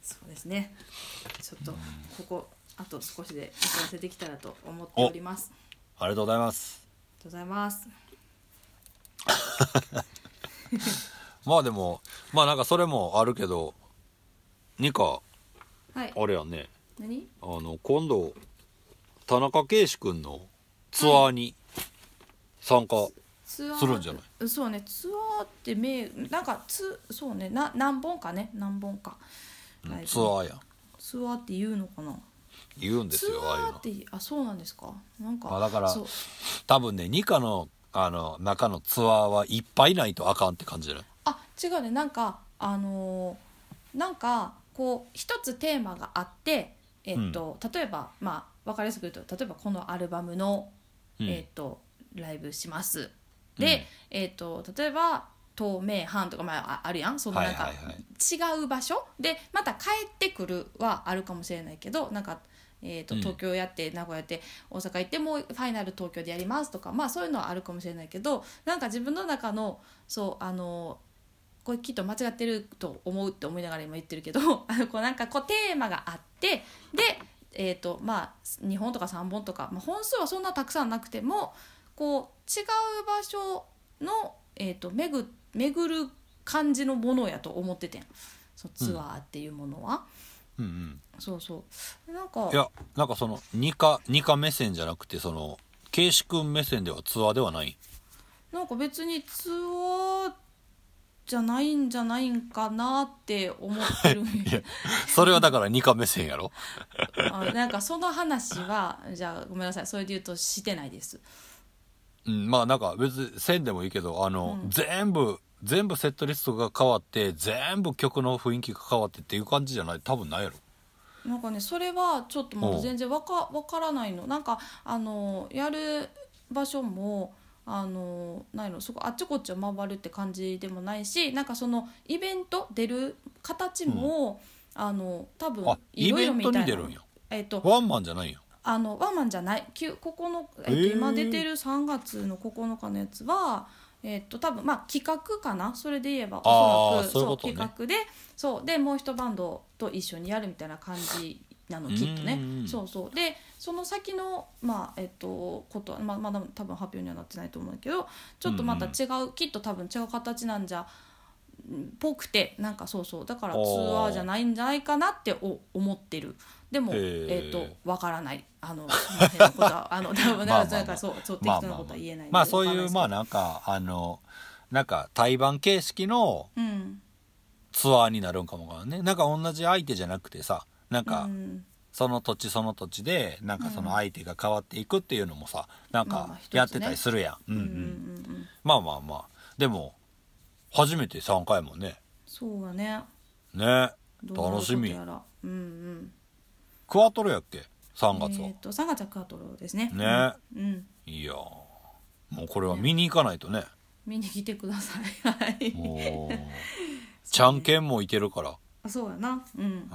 Speaker 2: そうですね。ちょっとここあと少しでお知らせできたらと思っております。あ
Speaker 1: ありがとうございます
Speaker 2: りがとうございます。
Speaker 1: まあでもまあなんかそれもあるけどニカ
Speaker 2: はい。
Speaker 1: あれやね
Speaker 2: 何？
Speaker 1: あの今度田中圭司君のツアーに参加、
Speaker 2: ツアー
Speaker 1: するんじゃな
Speaker 2: ない？そうね。ツアーって名なんかツそうねな何本かね何本か。ライブ
Speaker 1: ツアーやん
Speaker 2: ツアーって言うのかな？
Speaker 1: 言うんです
Speaker 2: ツ
Speaker 1: よああいう
Speaker 2: アー
Speaker 1: の
Speaker 2: ってあそうなんですか？なんか
Speaker 1: あだから
Speaker 2: そう
Speaker 1: 多分ねニカのあの中のツアーはいっぱいないとあかんって感じじゃない
Speaker 2: あ違うねなんかあのーなんかこう一つテーマがあってえっと、例えばまあ分かりやすく言うと例えばこのアルバムの、
Speaker 1: うん
Speaker 2: えっとライブしますで、えっと例えば透明版とか、まあ、ああるやんそのなんか、
Speaker 1: はいはいはい
Speaker 2: 違う場所でまた帰ってくるはあるかもしれないけどなんか、えー、と
Speaker 1: うん
Speaker 2: 東京やって名古屋やって大阪行ってもうファイナル東京でやりますとかまあそういうのはあるかもしれないけどなんか自分の中のそうあのこれきっと間違ってると思うって思いながら今言ってるけど あのこうなんかこうテーマがあってで、えーとまあ、2本とか3本とか、まあ、本数はそんなたくさんなくてもこう違う場所の、えー、と巡巡る感じのものやと思っててんそのツアーっていうものは、
Speaker 1: うんうん
Speaker 2: そうそうなんか
Speaker 1: いやなんかそのニカニカ目線じゃなくてその圭司君目線ではツアーではない
Speaker 2: なんか別にツアーじゃないんじゃないんかなって思ってるんや
Speaker 1: いやそれはだから二課目線や ろ
Speaker 2: あなんかその話はじゃあごめんなさいそれで言うとしてないです
Speaker 1: うん、まあなんか別に線でもいいけどあの、
Speaker 2: うん
Speaker 1: 全部全部セットリストが変わって全部曲の雰囲気が変わってっていう感じじゃない多分ないやろ
Speaker 2: なんかねそれはちょっとまだ全然わかわからないのなんかあのやる場所もあのないのそこあっちこっちを回るって感じでもないしなんかそのイベント出る形も、あの多分
Speaker 1: あ
Speaker 2: い
Speaker 1: イ
Speaker 2: ろい
Speaker 1: ベ
Speaker 2: ろ
Speaker 1: ン
Speaker 2: み
Speaker 1: ト
Speaker 2: た
Speaker 1: に
Speaker 2: いな
Speaker 1: 出るんや
Speaker 2: えっと
Speaker 1: ワンマンじゃないんや
Speaker 2: あのワンマンじゃないきゅここの、えっと
Speaker 1: へー
Speaker 2: 今出てる3月の9日のやつは、えっと多分まあ企画かなそれで言えば
Speaker 1: あー
Speaker 2: おそらく
Speaker 1: そういうことね
Speaker 2: 企画でそうでもう一バンドと一緒にやるみたいな感じなのきっと
Speaker 1: う
Speaker 2: ね
Speaker 1: んうんうん
Speaker 2: そうそうでその先のまあえっとことはまあまだ多分発表にはなってないと思うけどちょっとまた違う、きっと多分違う形なんじゃっぽくてなんかそうそうだからツ
Speaker 1: あー
Speaker 2: アーじゃないんじゃないかなってお思ってるでも
Speaker 1: へー
Speaker 2: えっ、とわからないあのその辺のこ とはあの多分
Speaker 1: まあまあまあ
Speaker 2: なんかそうそう適
Speaker 1: まあ
Speaker 2: 当な
Speaker 1: まあ
Speaker 2: ことは言えないんで
Speaker 1: まあそう
Speaker 2: わかん
Speaker 1: い
Speaker 2: な
Speaker 1: う
Speaker 2: です
Speaker 1: まあなんかあのなんか対バン形式の
Speaker 2: けどうん
Speaker 1: ツアーになるんかもわからんねなんか同じ相手じゃなくてさなん
Speaker 2: う
Speaker 1: か
Speaker 2: ん
Speaker 1: その土地その土地でなんかその相手が変わっていくっていうのもさなん
Speaker 2: まあまあ
Speaker 1: か
Speaker 2: 一つね
Speaker 1: やってたりするやん、
Speaker 2: うんう
Speaker 1: うんん
Speaker 2: う
Speaker 1: うん
Speaker 2: ん
Speaker 1: まあまあまあでも初めて3回もね
Speaker 2: そうだね
Speaker 1: ね
Speaker 2: どうなる
Speaker 1: 楽しみ
Speaker 2: ことやらうんうん
Speaker 1: クワトロやっけ3月は
Speaker 2: えっ、、と3月はクアトロですね
Speaker 1: ね
Speaker 2: うん、うん、
Speaker 1: いやーもうこれは見に行かないとね
Speaker 2: 見に来てください はい
Speaker 1: もう ちゃんけんもいてるから
Speaker 2: あそうやなうん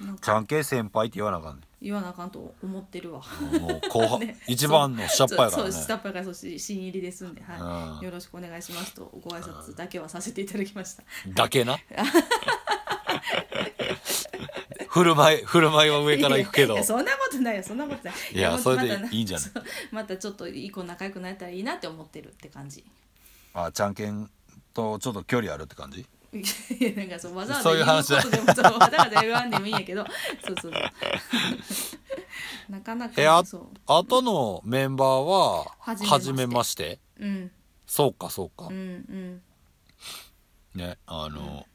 Speaker 1: うん
Speaker 2: なん
Speaker 1: ち
Speaker 2: か
Speaker 1: ゃんけん先輩って言わなあかんね
Speaker 2: 言わなあかんと思ってるわ
Speaker 1: もう後半、 一番の下っ端やから
Speaker 2: そう
Speaker 1: ね
Speaker 2: です下っ端やからそうし新入りですんで、は
Speaker 1: うん
Speaker 2: い、よろしくお願いしますとご挨拶だけはさせていただきました。
Speaker 1: だけな 振る舞い振る舞いは上から行くけど
Speaker 2: いやそんなことないよそんなことない。
Speaker 1: いや
Speaker 2: また
Speaker 1: それでいいんじゃない
Speaker 2: またそうまたちょっと一個仲良くなれたらいいなって思ってるって感じ。
Speaker 1: あちゃんけんとちょっと距離あるって感じ
Speaker 2: いやなんかそうわざわざ
Speaker 1: そういう話
Speaker 2: 言うことでもそうわざわざ言わんでもいいんやけど、そうそうそう。 なかなか
Speaker 1: えあ
Speaker 2: そう。
Speaker 1: あとのメンバーは
Speaker 2: 初
Speaker 1: 初め
Speaker 2: めま
Speaker 1: まして
Speaker 2: うん
Speaker 1: そうかそうか、
Speaker 2: うんうん。
Speaker 1: ねあの、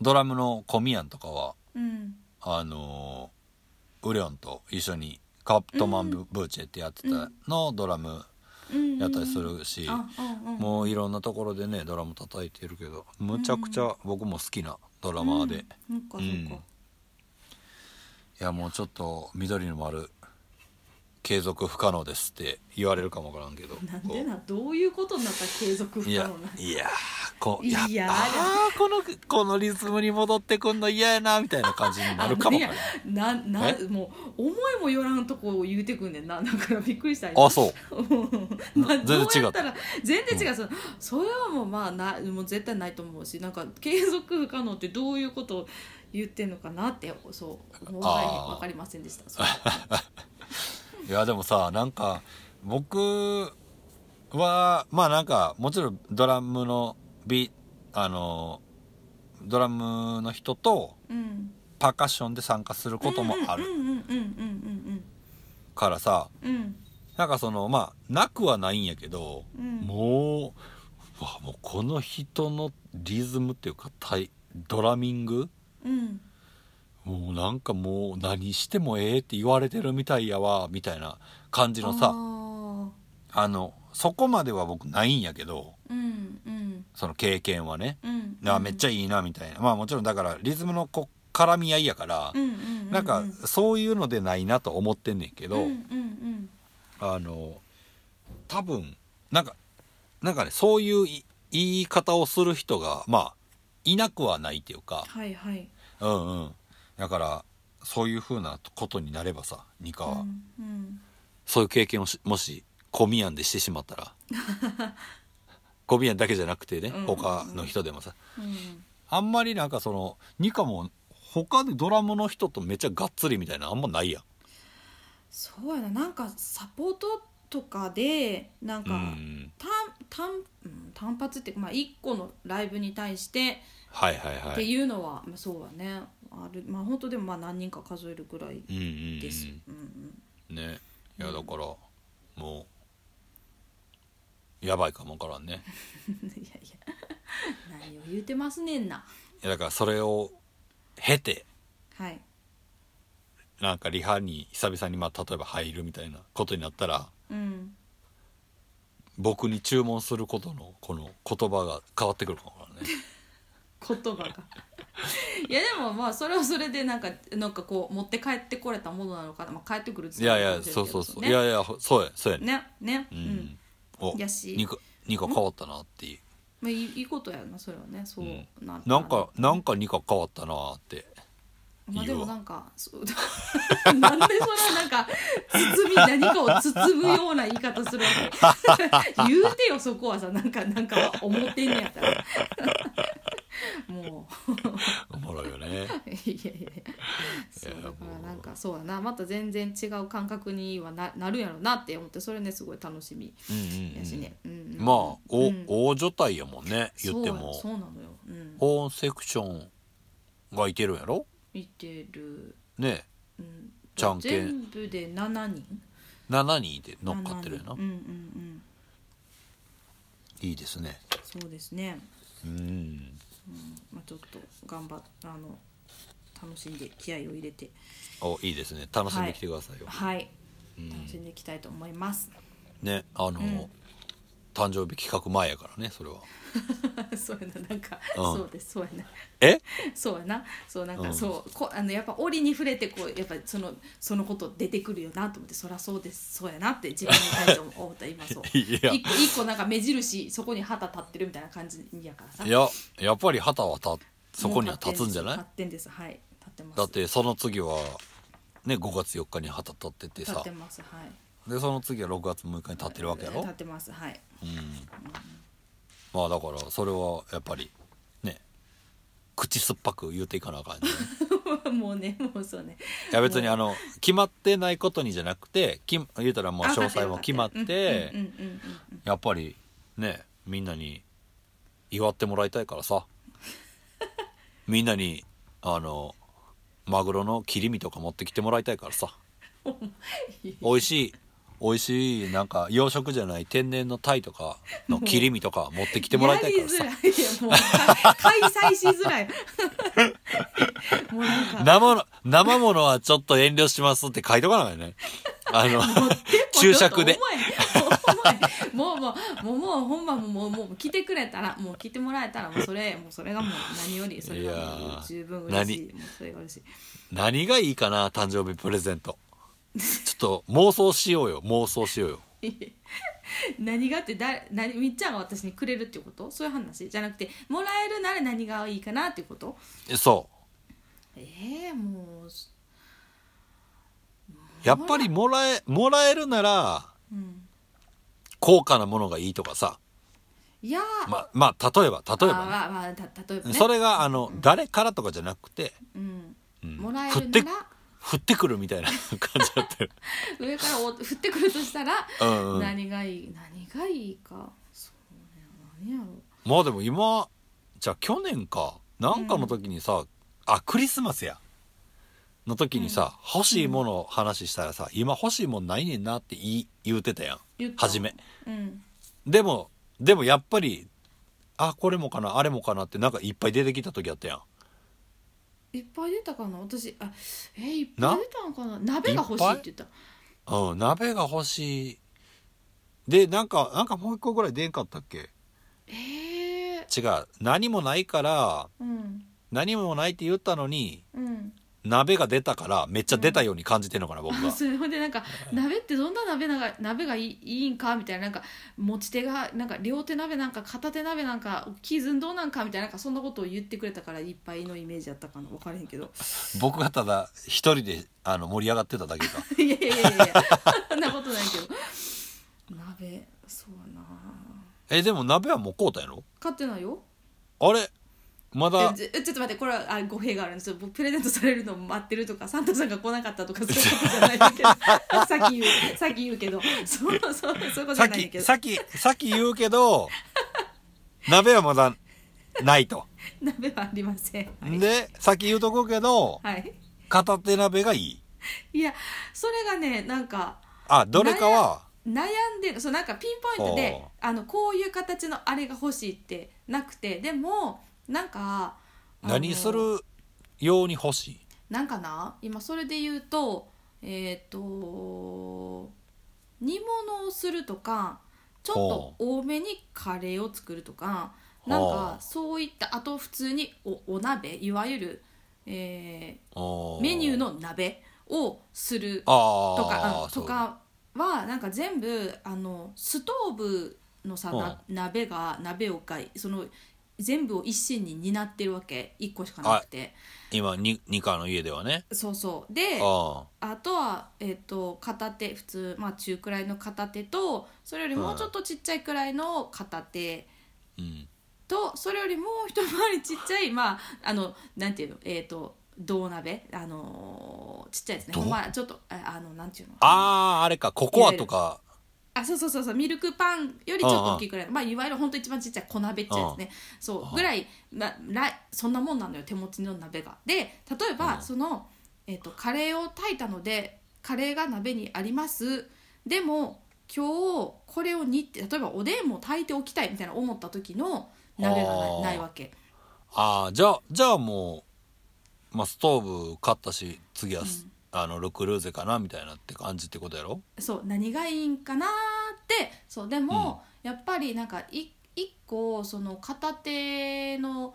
Speaker 1: ドラムのコミヤンとかは
Speaker 2: うん、
Speaker 1: あのウリョンと一緒にカットマンブブーチェってやってたのドラム
Speaker 2: うん、
Speaker 1: やったりするし、
Speaker 2: あ、うんうん、
Speaker 1: もういろんなところでねドラム叩いてるけどむちゃくちゃ僕も好きなドラマーで、い
Speaker 2: うん、そっかそっか、
Speaker 1: うんやもうちょっと緑の丸継続不可能ですって言われるかもわからんけど
Speaker 2: なんでなどういうことになったら継続不
Speaker 1: い
Speaker 2: 可
Speaker 1: や
Speaker 2: 能な、
Speaker 1: いやー、こう、
Speaker 2: いや
Speaker 1: やっぱあーこの、このリズムに戻ってくんの嫌やな、みたいな感じになるかもわからん。
Speaker 2: なな
Speaker 1: え
Speaker 2: もう思いもよらんとこを言うてくんねんなだからびっくりした
Speaker 1: あ、そう。
Speaker 2: うんまあ、
Speaker 1: 全然違った
Speaker 2: どうやったら全然違う、そのそれはもうまあなもう絶対ないと思うしなんか継続不可能ってどういうことを言ってんのかなってそう思わ
Speaker 1: あー
Speaker 2: 分かりませんでしたそう
Speaker 1: いや、でもさ、なんか、僕は、まあなんか、もちろんドラムのビ、あの、ドラムの人と
Speaker 2: うん
Speaker 1: パーカッションで参加することもあ
Speaker 2: う
Speaker 1: る
Speaker 2: んうんうんうん
Speaker 1: からさ、
Speaker 2: うんうんうん
Speaker 1: なんかその、まあ、なくはないんやけど、
Speaker 2: うん
Speaker 1: もう、うわ、もうこの人のリズムっていうか、タイドラミング
Speaker 2: うん
Speaker 1: もうなんかもう何してもええって言われてるみたいやわみたいな感じの
Speaker 2: あ
Speaker 1: さ
Speaker 2: ー
Speaker 1: あのそこまでは僕ないんやけど
Speaker 2: うんうん
Speaker 1: その経験はね、
Speaker 2: うん
Speaker 1: あめっちゃいいなみたいなまあもちろんだからリズムのこう絡み合いやから、
Speaker 2: うんうんうんうん
Speaker 1: なんかそういうのでないなと思ってんねんけど、
Speaker 2: うんうん
Speaker 1: あの多分なんかなんかねそういうい言い方をする人がまあいなくはないっていうか、
Speaker 2: はいはい
Speaker 1: うんうんだからそういうふうなことになればさニカは。
Speaker 2: うんうん
Speaker 1: そういう経験をしもしコミヤンでしてしまった らコミヤンだけじゃなくてね、
Speaker 2: うん
Speaker 1: 他の人でもさ
Speaker 2: うん
Speaker 1: あんまりなんかそのニカも他でドラムの人とめっちゃがっつりみたいなあんまないやん
Speaker 2: そうやななんかサポートとかでなん
Speaker 1: う
Speaker 2: か
Speaker 1: ん
Speaker 2: 単単うん単発っていうかまあ一個のライブに対して
Speaker 1: はいはい
Speaker 2: っ
Speaker 1: は
Speaker 2: て
Speaker 1: い
Speaker 2: いうのは、まあそうはねあるまあ本当でもまあ何人か数えるぐらい
Speaker 1: うんうんうん
Speaker 2: です。うんうん
Speaker 1: ねいやだから、もうやばいかもわからんね
Speaker 2: いやいや何を言うてますねんない
Speaker 1: やだからそれを経て
Speaker 2: はい
Speaker 1: なんかリハに久々にまあ例えば入るみたいなことになったら
Speaker 2: うん
Speaker 1: 僕に注文することのこの言葉が変わってくるかもわ からんね
Speaker 2: 言葉が いやでもまあそれはそれでなんかなんかこう持って帰ってこれたものなのかな、まあ、帰ってくる
Speaker 1: いやいやそうそうそう、
Speaker 2: ね
Speaker 1: いやいやそうやそうやね
Speaker 2: ねね
Speaker 1: う
Speaker 2: うん、
Speaker 1: ん、お
Speaker 2: やし
Speaker 1: 2個二個変わったなっていう
Speaker 2: まあ、いいいいことやなそれはねそうな,、
Speaker 1: なんかなんか2個変わったなって
Speaker 2: まあ
Speaker 1: いい
Speaker 2: で
Speaker 1: わ
Speaker 2: もなんかそう なんでそれはなんか包み何かを包むような言い方するわけ 言うてよそこはさなんかなんか思ってんねやったら もう
Speaker 1: おもろいよね
Speaker 2: いやいやいやそう
Speaker 1: いや
Speaker 2: だからなんかそうだなまた全然違う感覚にはななるやろなって思ってそれねすごい楽しみ
Speaker 1: うん
Speaker 2: やし
Speaker 1: うん、
Speaker 2: ね、うん
Speaker 1: うん、まあお、
Speaker 2: うん
Speaker 1: 大所帯やもんね言って
Speaker 2: そう
Speaker 1: も
Speaker 2: そうなのよ、うん、
Speaker 1: 保温セクションがいてるんやろ
Speaker 2: いてる、
Speaker 1: ね
Speaker 2: うん、
Speaker 1: じゃんけん
Speaker 2: 全部で7人
Speaker 1: 7人で乗っかってるやな
Speaker 2: うんうんうん
Speaker 1: いいですね
Speaker 2: そうですね、
Speaker 1: うん
Speaker 2: うんまあ、ちょっと頑張っあの楽しんで気合を入れて
Speaker 1: おいいですね楽しんできてくださいよ、
Speaker 2: はい
Speaker 1: うん
Speaker 2: 楽しんでいきたいと思います、
Speaker 1: ねあの、
Speaker 2: ん
Speaker 1: 誕生日企画前やからねそれは
Speaker 2: そうやななんか、
Speaker 1: うん
Speaker 2: そうですそうやな
Speaker 1: え
Speaker 2: そうやなそうなんか、
Speaker 1: うん
Speaker 2: そうこあのやっぱ折に触れてこうやっぱそのそのこと出てくるよなと思ってそりゃそうですそうやなって自分に対して思った今そう
Speaker 1: いや
Speaker 2: 一個一個なんか目印そこに旗立ってるみたいな感じやからさ
Speaker 1: いややっぱり旗はたそこには立つんじゃない
Speaker 2: 立ってんですはい立ってます
Speaker 1: だってその次はね5月4日に旗立ってて
Speaker 2: 立
Speaker 1: さ
Speaker 2: ってますはい
Speaker 1: でその次は6月6日に立ってるわけやろ
Speaker 2: 立ってますはい
Speaker 1: まあだからそれはやっぱりね口酸っぱく言うていかなあかんね
Speaker 2: もうねもうそうね
Speaker 1: いや別にあの決まってないことにじゃなくてき言うたらもう
Speaker 2: あ
Speaker 1: 詳細も決まっ
Speaker 2: うん
Speaker 1: て
Speaker 2: うんうんうんうんうん
Speaker 1: やっぱりねみんなに祝ってもらいたいから さみんなにあのマグロの切り身とか持ってきてもらいたいから さ美味しい美味しいなんか養殖じゃない天然のタイとかの切り身とか持ってきてもらいたいからさ
Speaker 2: やりづらいいやもうか開催し づらいもうなんか
Speaker 1: 生の、生ものはちょっと遠慮しますって書いとかないよね。あの、注釈で。
Speaker 2: もうちょっと重いもう重いもうもうもうもうほんまもうもう来てくれたらもう来てもらえたらもうそれもうそれがもう何よりそれが
Speaker 1: い
Speaker 2: も
Speaker 1: や
Speaker 2: う
Speaker 1: ー
Speaker 2: 十分嬉しいもうそれが嬉しい
Speaker 1: 何がいいかな、誕生日プレゼント。ちょっと妄想しようよ、妄想しようよ。
Speaker 2: 何がってだ何みっちゃんが私にくれるっていうことそういう話じゃなくてもらえるなら何がいいかなっていうこと
Speaker 1: えそ
Speaker 2: ええもう
Speaker 1: う。やっぱりもらえ、もらえるなら、
Speaker 2: うん
Speaker 1: 高価なものがいいとかさ。
Speaker 2: いやー
Speaker 1: ま、まあ、例えば、例え
Speaker 2: あー
Speaker 1: ば
Speaker 2: まあまあた例えば
Speaker 1: ね。
Speaker 2: ね
Speaker 1: それが、あの、誰からとかじゃなくて、
Speaker 2: うん
Speaker 1: うん
Speaker 2: もらえ
Speaker 1: 降
Speaker 2: る
Speaker 1: って
Speaker 2: な、ら
Speaker 1: 降ってくるみたいな感じだった よ。
Speaker 2: 上からお降ってくるとしたら、
Speaker 1: うんうん。
Speaker 2: 何がいい何がいいかそうね何やろう
Speaker 1: まあでも今じゃあ去年かなんかの時にさ、あクリスマスやの時にさ、欲しいものを話したらさ、今欲しいもんないねんなって言い言うてたやん
Speaker 2: 言った
Speaker 1: 初め
Speaker 2: うん
Speaker 1: でもでもやっぱりあこれもかなあれもかなってなんかいっぱい出てきた時あったやん
Speaker 2: いっぱい出たかな私あえいっぱい出たのかな鍋が欲しいって言った
Speaker 1: うん鍋が欲しいでなんかなんかもう一個ぐらい出んかったっけ
Speaker 2: ええ
Speaker 1: 違う何もないから
Speaker 2: うん
Speaker 1: 何もないって言ったのに
Speaker 2: うん
Speaker 1: 鍋が出たからめっちゃ出たように感じてんのかな、僕が
Speaker 2: それほんでなんか鍋ってどんな鍋なが鍋がいいいいんかみたいななんか持ち手がなんか両手鍋なんか片手鍋なんか大きい寸胴なんかみたいななんかそんなことを言ってくれたからいっぱいのイメージやったかな分からへんけど
Speaker 1: 僕がただ一人であの盛り上がってただけか
Speaker 2: いやいやいやいやそんなことないけど鍋そうやな
Speaker 1: えでも鍋はもう買うたんやろ
Speaker 2: 買ってないよ
Speaker 1: あれまだ
Speaker 2: えちょちょっと待ってこれはあ語弊があるんですよ僕プレゼントされるのを待ってるとかサンタさんが来なかったとか そういうことじゃないんだけどさっき言うさっき言うけどそうそうそういうことじ
Speaker 1: さ
Speaker 2: ゃ
Speaker 1: っ
Speaker 2: ないんだけ
Speaker 1: き
Speaker 2: ど
Speaker 1: さっきさっき言うけど鍋はまだないと、
Speaker 2: 鍋はありませんはい
Speaker 1: でさっき言うとこけど
Speaker 2: はい
Speaker 1: 片手鍋がいい
Speaker 2: いやそれがねなんか
Speaker 1: あどれかは
Speaker 2: 悩悩んでるそうなんかピンポイントであのこういう形のあれが欲しいってなくてでもなんかあの
Speaker 1: 何するように欲しい
Speaker 2: なんかな今それで言うとえっ、と煮物をするとかちょっと多めにカレーを作るとかなん
Speaker 1: は
Speaker 2: か
Speaker 1: あ
Speaker 2: そういったあと普通におお鍋いわゆる、えーメ
Speaker 1: メ
Speaker 2: ニューの鍋をするとか
Speaker 1: あ
Speaker 2: うん
Speaker 1: ー
Speaker 2: とかはなんか全部あのストーブのさ、な鍋が鍋をかいその全部を一身に担ってるわけ1個しかなくて
Speaker 1: そう今にニカの家ではね
Speaker 2: そうそうで
Speaker 1: あ
Speaker 2: あとは、えっと片手普通、まあ、中くらいの片手とそれよりもうちょっとちっちゃいくらいの片手
Speaker 1: ーうん
Speaker 2: とそれよりもう一回りちっちゃいまああのなんていうのえっ、と銅鍋あのーちっちゃいですね
Speaker 1: 銅
Speaker 2: まあちょっとああのなんていうの
Speaker 1: あーあれかココアとか
Speaker 2: あそうそうそうそうミルクパンよりちょっと大きいくらいまあいわゆる本当一番ちっちゃい小鍋っちゃいですねそうぐらい、ま、らそんなもんなのよ手持ちの鍋がで例えば、
Speaker 1: うん
Speaker 2: その、えっとカレーを炊いたのでカレーが鍋にありますでも今日これを煮って例えばおでんも炊いておきたいみたいな思った時の鍋がな
Speaker 1: あ
Speaker 2: い
Speaker 1: ー
Speaker 2: ないわけ
Speaker 1: ああじゃあじゃあもう、まあ、ストーブ買ったし次はス、あのルクルーゼかなみたいなって感じってことやろ
Speaker 2: そう何がいいんかなーってそうでも、やっぱりなんかい一個その片手の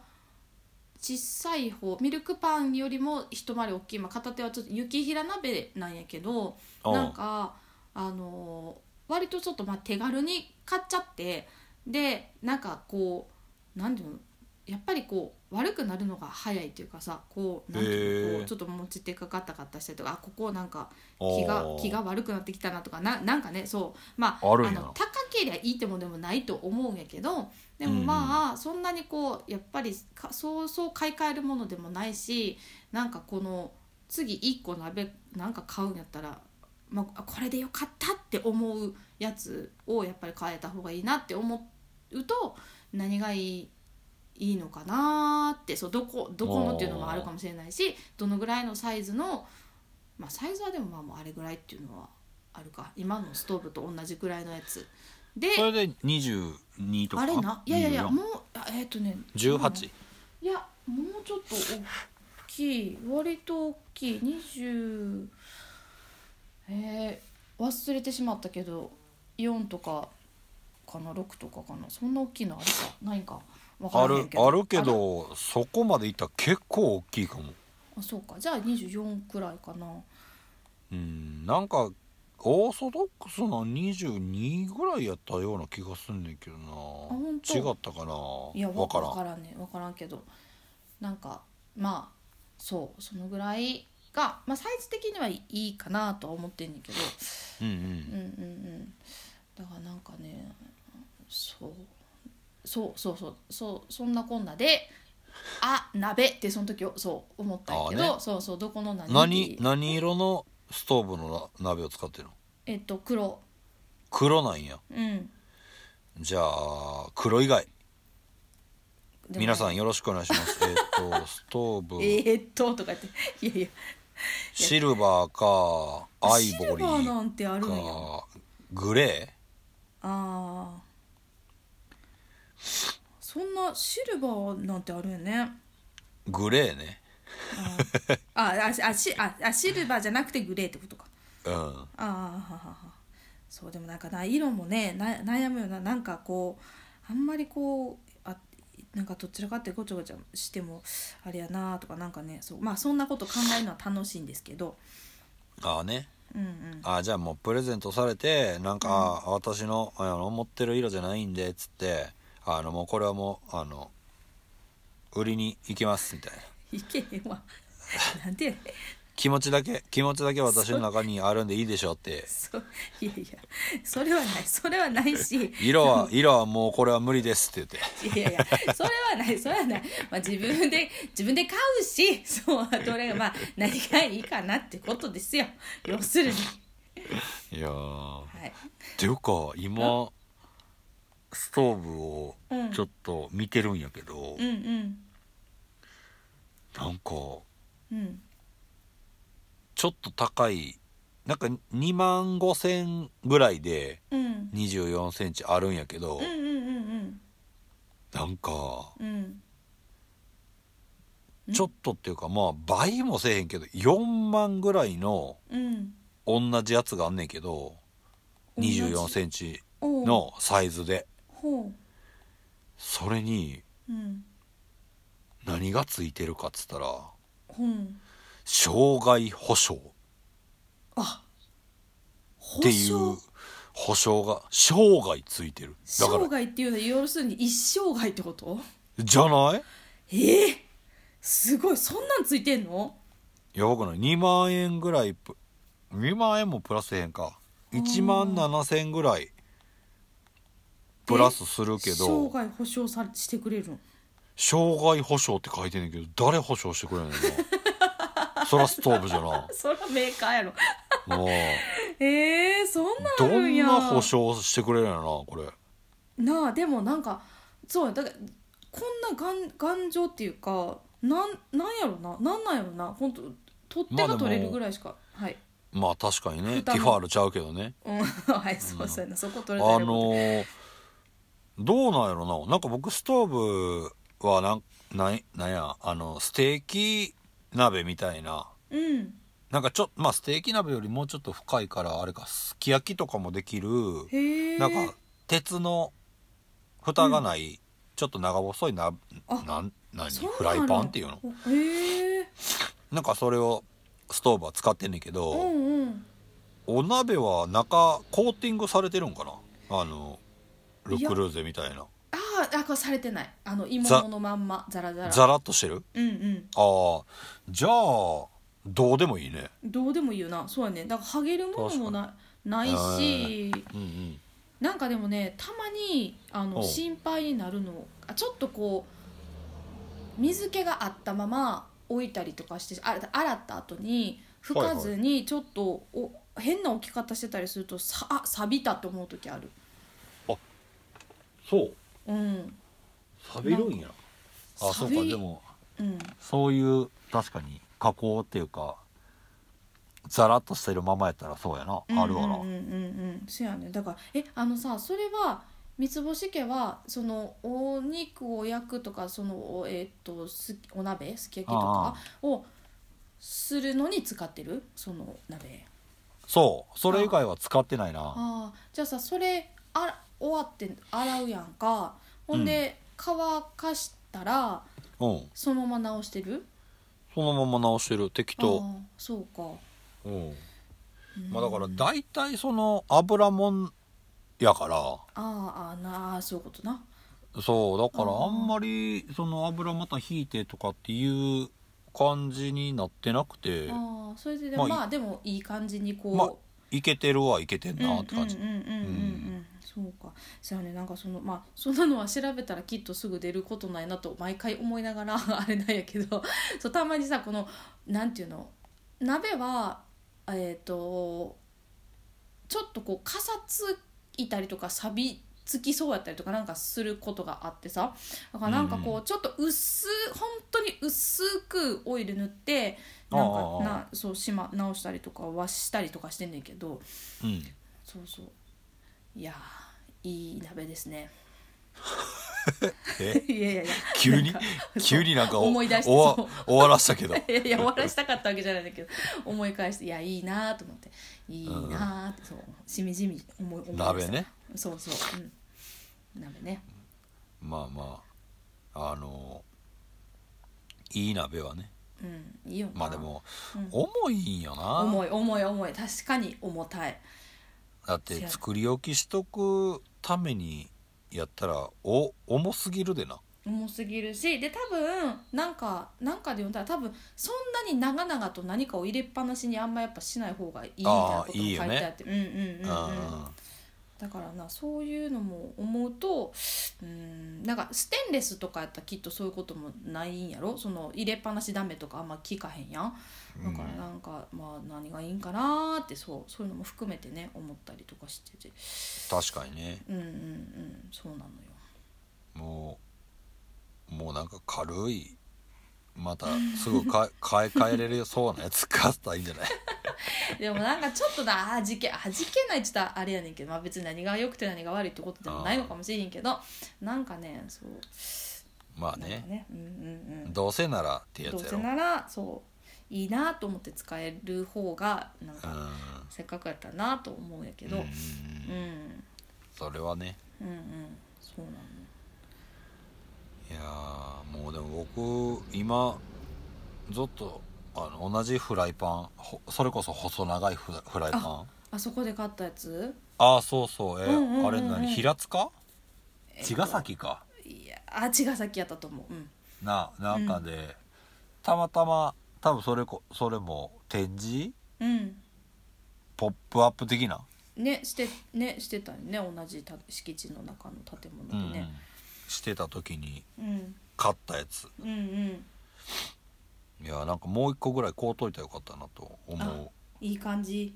Speaker 2: 小さい方ミルクパンよりも一回り大きい、まあ、片手はちょっと雪平鍋なんやけど
Speaker 1: うん
Speaker 2: なんかあのー割とちょっとまあ手軽に買っちゃってでなんかこうなんていうのやっぱりこう悪くなるのが早いというかさこうなんていうの
Speaker 1: へー
Speaker 2: こうちょっと持ち手かかったかったしたりとかあここなんか気
Speaker 1: 気
Speaker 2: が気が悪くなってきたなとかななんかねそうまあ
Speaker 1: あるんや
Speaker 2: の高けりゃいいってもんでもないと思うんやけどでもまあ、そんなにこうやっぱりかそうそう買い替えるものでもないしなんかこの次1個鍋なんか買うんやったら、まあ、これでよかったって思うやつをやっぱり買えた方がいいなって思うと何がいいいいのかなーってそうどこどこのっていうのもあるかもしれないしどのぐらいのサイズのまあサイズはでもまあもうあれぐらいっていうのはあるか今のストーブと同じぐらいのやつで
Speaker 1: それで22とか
Speaker 2: あれないやいやいや
Speaker 1: 24
Speaker 2: もうあえっ、とね
Speaker 1: 18
Speaker 2: いやもうちょっと大きい割と大きい20えー、忘れてしまったけど4とかかな6とかかなそんな大きいのあるかないんかわか
Speaker 1: あ
Speaker 2: らへん
Speaker 1: る
Speaker 2: けど
Speaker 1: あるけ
Speaker 2: あ
Speaker 1: どそこまでいったら結構大きいかも
Speaker 2: あそうかじゃあ24くらいかな
Speaker 1: うんなんかオーソドックスの22ぐらいやったような気がすんねんけど
Speaker 2: ほんと
Speaker 1: な違ったかない
Speaker 2: や
Speaker 1: わ
Speaker 2: わ
Speaker 1: か
Speaker 2: かららん
Speaker 1: ん
Speaker 2: ねわからんけどなんかまあそうそのぐらいが、まあ、サイズ的にはいいかなとは思ってんねんけど
Speaker 1: うんう
Speaker 2: うん
Speaker 1: ん
Speaker 2: うんうんだからなんかねそうそうそうそうそうそんなこんなで「あ鍋」ってその時をそう思ったんやけ
Speaker 1: あー
Speaker 2: ど、
Speaker 1: ね
Speaker 2: そうそうどこの何
Speaker 1: 何何色のストーブのな鍋を使ってるの
Speaker 2: えっと黒
Speaker 1: 黒なんや
Speaker 2: うん
Speaker 1: じゃあ黒以外
Speaker 2: でも
Speaker 1: 皆さんよろしくお願いします えっとストーブ
Speaker 2: えー、っととか言っていやいや
Speaker 1: シルバーかアイボ
Speaker 2: シル
Speaker 1: リ
Speaker 2: バーな
Speaker 1: ー
Speaker 2: んてあるんやあ
Speaker 1: かグレー
Speaker 2: あーそんなシルバーなんてあるんやね
Speaker 1: グレーね
Speaker 2: あーああしああシルバーじゃなくてグレーってことか
Speaker 1: うん
Speaker 2: ああはははそうでもなんかな色もねな悩むようななんかこうあんまりこうあなんかどちらかってごちゃごちゃしてもあれやなとかなんかねそうまあそんなこと考えるのは楽しいんですけど
Speaker 1: ああね
Speaker 2: うんうん
Speaker 1: あじゃあもうプレゼントされてなんか、あ私のあの持ってる色じゃないんでっつってあのもうこれはもうあの売りに行きますみたいない
Speaker 2: けへんわなんで
Speaker 1: 気持ちだけ気持ちだけ私の中にあるんでいいでしょうって
Speaker 2: そういやいやそれはないそれはないし
Speaker 1: 色 は色はもうこれは無理ですって言って
Speaker 2: いやいやそれはないそれはない、まあ、自分で自分で買うしそうどれがまあ何がいいかなってことですよ要するに
Speaker 1: いやーっ
Speaker 2: はい
Speaker 1: ていうか今ストーブを
Speaker 2: うん
Speaker 1: ちょっと見てるんやけど、
Speaker 2: うんうん
Speaker 1: なんか
Speaker 2: うん
Speaker 1: ちょっと高いなんか2万5千ぐらいで
Speaker 2: うん
Speaker 1: 2 4センチあるんやけど、
Speaker 2: うんうんうん
Speaker 1: なんか
Speaker 2: うんうん
Speaker 1: ちょっとっていうかまあ倍もせえへんけど4万ぐらいの
Speaker 2: うん
Speaker 1: 同じやつがあんねんけど2 4センチ
Speaker 2: おう
Speaker 1: のサイズで
Speaker 2: ほ
Speaker 1: それに
Speaker 2: ううん
Speaker 1: 何がついてるかっつったら
Speaker 2: ほう
Speaker 1: 障害保障
Speaker 2: あ保
Speaker 1: っていう
Speaker 2: 証
Speaker 1: 保障が生涯ついてるだか
Speaker 2: 生
Speaker 1: ら
Speaker 2: 涯っていうのは要するに一生涯ってこと
Speaker 1: じゃない
Speaker 2: ええすごいそんなんついてんの
Speaker 1: やばくない2万円ぐらいプ2万円もプラスへんか1万7000円ぐらいプラスするけ
Speaker 2: 生
Speaker 1: ど
Speaker 2: 涯保証さしてくれるん
Speaker 1: 障害保障って書いてんねんけど誰保障してくれんの そらストーブじゃな
Speaker 2: それはメーカーやろ
Speaker 1: もう
Speaker 2: ええそんなんあ
Speaker 1: ど
Speaker 2: るん
Speaker 1: ん
Speaker 2: や
Speaker 1: な保証してくれるんやろなこれ
Speaker 2: なあでもなんかそうやだからこんな頑頑丈っていうかなんなんやろななんなんやろな本当取っ手
Speaker 1: まあで
Speaker 2: が
Speaker 1: も
Speaker 2: 取れるぐらいしか、はい
Speaker 1: まあ確かにね
Speaker 2: 負担
Speaker 1: ティファールちゃうけどね
Speaker 2: うん はいそうそうやなそこ
Speaker 1: あ
Speaker 2: 取れたらよかった
Speaker 1: のーどうなんやろななんか僕ストーブはなんなんなんやあのステーキ鍋みたいな
Speaker 2: うん
Speaker 1: なんかちょまあステーキ鍋よりもうちょっと深いからあれかすき焼きとかもできる
Speaker 2: へえ
Speaker 1: なんか鉄の蓋がない、ちょっと長細いな
Speaker 2: あ
Speaker 1: なん何
Speaker 2: そんなん
Speaker 1: フライパンっていうの
Speaker 2: あるへえ
Speaker 1: なんかそれをストーブは使ってんねんけ
Speaker 2: う
Speaker 1: ど、
Speaker 2: んうん
Speaker 1: お鍋は中コーティングされてるんかなあのルクルーゼみたいな
Speaker 2: あーあこれされてないあの芋
Speaker 1: ざ
Speaker 2: のまんまザラザラ
Speaker 1: ザラッとしてる
Speaker 2: うんうん
Speaker 1: ああじゃあどうでもいいね
Speaker 2: どうでもいいよなそうやねだからハゲるものもなないし
Speaker 1: うんうん
Speaker 2: なんかでもねたまにあ
Speaker 1: お
Speaker 2: の
Speaker 1: う
Speaker 2: 心配になるのあちょっとこう水気があったまま置いたりとかしてあ洗った後に拭かずにちょっとお変な置き方してたりするとさあ錆びたって思う時ある
Speaker 1: そう
Speaker 2: うん
Speaker 1: 錆びるんやあそうか
Speaker 2: 錆び
Speaker 1: でも
Speaker 2: うん
Speaker 1: そういう確かに加工っていうかザラッとしてるままやったらそうやな、あるわな、
Speaker 2: うんうんうんうんそうやねだからえあのさそれは三つ星家はそのお肉を焼くとかそのおえーっとすお鍋すき焼きと
Speaker 1: あ
Speaker 2: かをするのに使ってるその鍋
Speaker 1: そうそれ以外は使ってないな
Speaker 2: ああじゃあさそれあ終わって洗うやんかほんで、乾かしたら
Speaker 1: うん
Speaker 2: そのまま直してる
Speaker 1: そのまま直してる適当
Speaker 2: ああそうか、
Speaker 1: うん
Speaker 2: うん
Speaker 1: まあだから大体その油もんやから
Speaker 2: あーあーなあそういうことな
Speaker 1: そうだから
Speaker 2: あー
Speaker 1: あんまりその油また引いてとかっていう感じになってなくて
Speaker 2: ああそれでで
Speaker 1: まあ
Speaker 2: も
Speaker 1: い
Speaker 2: まあでもいい感じにこう、
Speaker 1: まあいけてるはいけてんなって感じ、
Speaker 2: うんうんうんうんうん、うん、そうかそうやねなんかそのまあそんなのは調べたらきっとすぐ出ることないなと毎回思いながらあれなんやけどそうたまにさこのなんていうの鍋はえっ、とちょっとこうかさついたりとか錆びつきそうやったりとかなんかすることがあってさだからなんか
Speaker 1: うん
Speaker 2: こうちょっと薄本当に薄くオイル塗ってなん
Speaker 1: あああ
Speaker 2: か
Speaker 1: あ
Speaker 2: なそうしま直したりとかはしたりとかしてんねんけど
Speaker 1: うん
Speaker 2: そうそういやーいい鍋ですね
Speaker 1: え
Speaker 2: いやいやいや
Speaker 1: 急に
Speaker 2: なんか
Speaker 1: 急になんかお
Speaker 2: 思い出して
Speaker 1: おわ
Speaker 2: そう
Speaker 1: 終わらしたけど
Speaker 2: いやいや終わらしたかったわけじゃないんだけど思い返していやいいなーと思っていいなーって、そうしみじみ思い思い出した
Speaker 1: 鍋ね
Speaker 2: そうそう、うん、鍋ね
Speaker 1: まあまああのいい鍋はね
Speaker 2: うんいいよな
Speaker 1: まあでも、
Speaker 2: うん
Speaker 1: 重いんよな
Speaker 2: 重い重い重い確かに重たい
Speaker 1: だって作り置きしとくためにやったらお重すぎるでな
Speaker 2: 重すぎるしで多分なんかなんかで読んだら多分そんなに長々と何かを入れっぱなしにあんまやっぱしない方がいいみたいなことも書いてあってうんうんうんうん、うん
Speaker 1: あ
Speaker 2: だからなそういうのも思うとうんなんかステンレスとかやったらきっとそういうこともないんやろその入れっぱなしダメとかあんま聞かへんやんだから
Speaker 1: うん
Speaker 2: なんか、まあ何がいいんかなーってそうそういうのも含めてね思ったりとかしてて
Speaker 1: ー確かにね
Speaker 2: うんうんうんそうなのよ
Speaker 1: もうもうなんか軽 いまたすぐか買い替えれるそうなやつ買ったらいいんじゃない
Speaker 2: でもなんかちょっとなあーじけあじけないって言ったらあれやねんけど、まあ、別に何が良くて何が悪いってことでもないのかもしれんけどなんかねそう
Speaker 1: まあ
Speaker 2: なん
Speaker 1: ね
Speaker 2: かねうんうんうん
Speaker 1: どうせならってや
Speaker 2: どう
Speaker 1: つやろ
Speaker 2: せならそういいなと思って使える方がなん
Speaker 1: うん
Speaker 2: かせっかくやったらなと思うんやけ
Speaker 1: うん
Speaker 2: ど、
Speaker 1: うん
Speaker 2: うん、
Speaker 1: それはね
Speaker 2: うんうんそうなの
Speaker 1: いやーもうでも僕今ずっとあの同じフライパンほそれこそ細長いフラフライパンあ
Speaker 2: あそこで買ったやつ
Speaker 1: あーそうそうえ、
Speaker 2: うんうんうんうん
Speaker 1: あれ何平塚
Speaker 2: えっと
Speaker 1: 茅ヶ崎か
Speaker 2: いやあ違うさっきやったと思ううん
Speaker 1: ななんかで、たまたま多分それこそれも展示
Speaker 2: うん
Speaker 1: ポップアップ的な、
Speaker 2: ねしてねしてたよね同じた敷地の中の建物
Speaker 1: うん
Speaker 2: でね、
Speaker 1: してた時に
Speaker 2: うん、
Speaker 1: 買ったやつ
Speaker 2: うんうん
Speaker 1: いやなんかもう一個ぐらい買うといたらよかったなと思
Speaker 2: いい感じ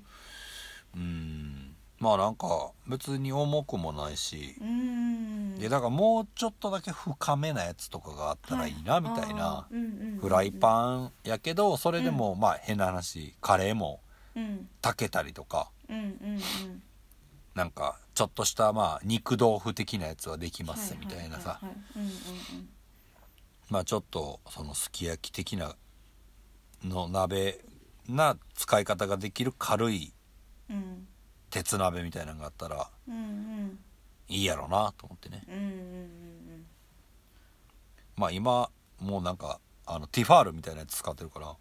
Speaker 1: ううんまあなんか別に重くもないし
Speaker 2: う、ーん
Speaker 1: でだからもうちょっとだけ深めなやつとかがあったらいいなみたいな、
Speaker 2: あーうんうんうん
Speaker 1: フライパンやけどそれでもまあ変な話カレーも
Speaker 2: うん
Speaker 1: 炊けたりとか
Speaker 2: うんうん
Speaker 1: なんかちょっとしたまあ肉豆腐的なやつはでき
Speaker 2: うん
Speaker 1: ますみたいなさ
Speaker 2: ははははいうんうんうん
Speaker 1: まあちょっとそのすき焼き的なの鍋な使い方ができる軽い
Speaker 2: うん
Speaker 1: 鉄鍋みたいなのがあったら
Speaker 2: うんうん
Speaker 1: いいやろうなと思ってね
Speaker 2: うんうんうん
Speaker 1: まあ今もうなんかあのティファールみたいなやつ使ってるから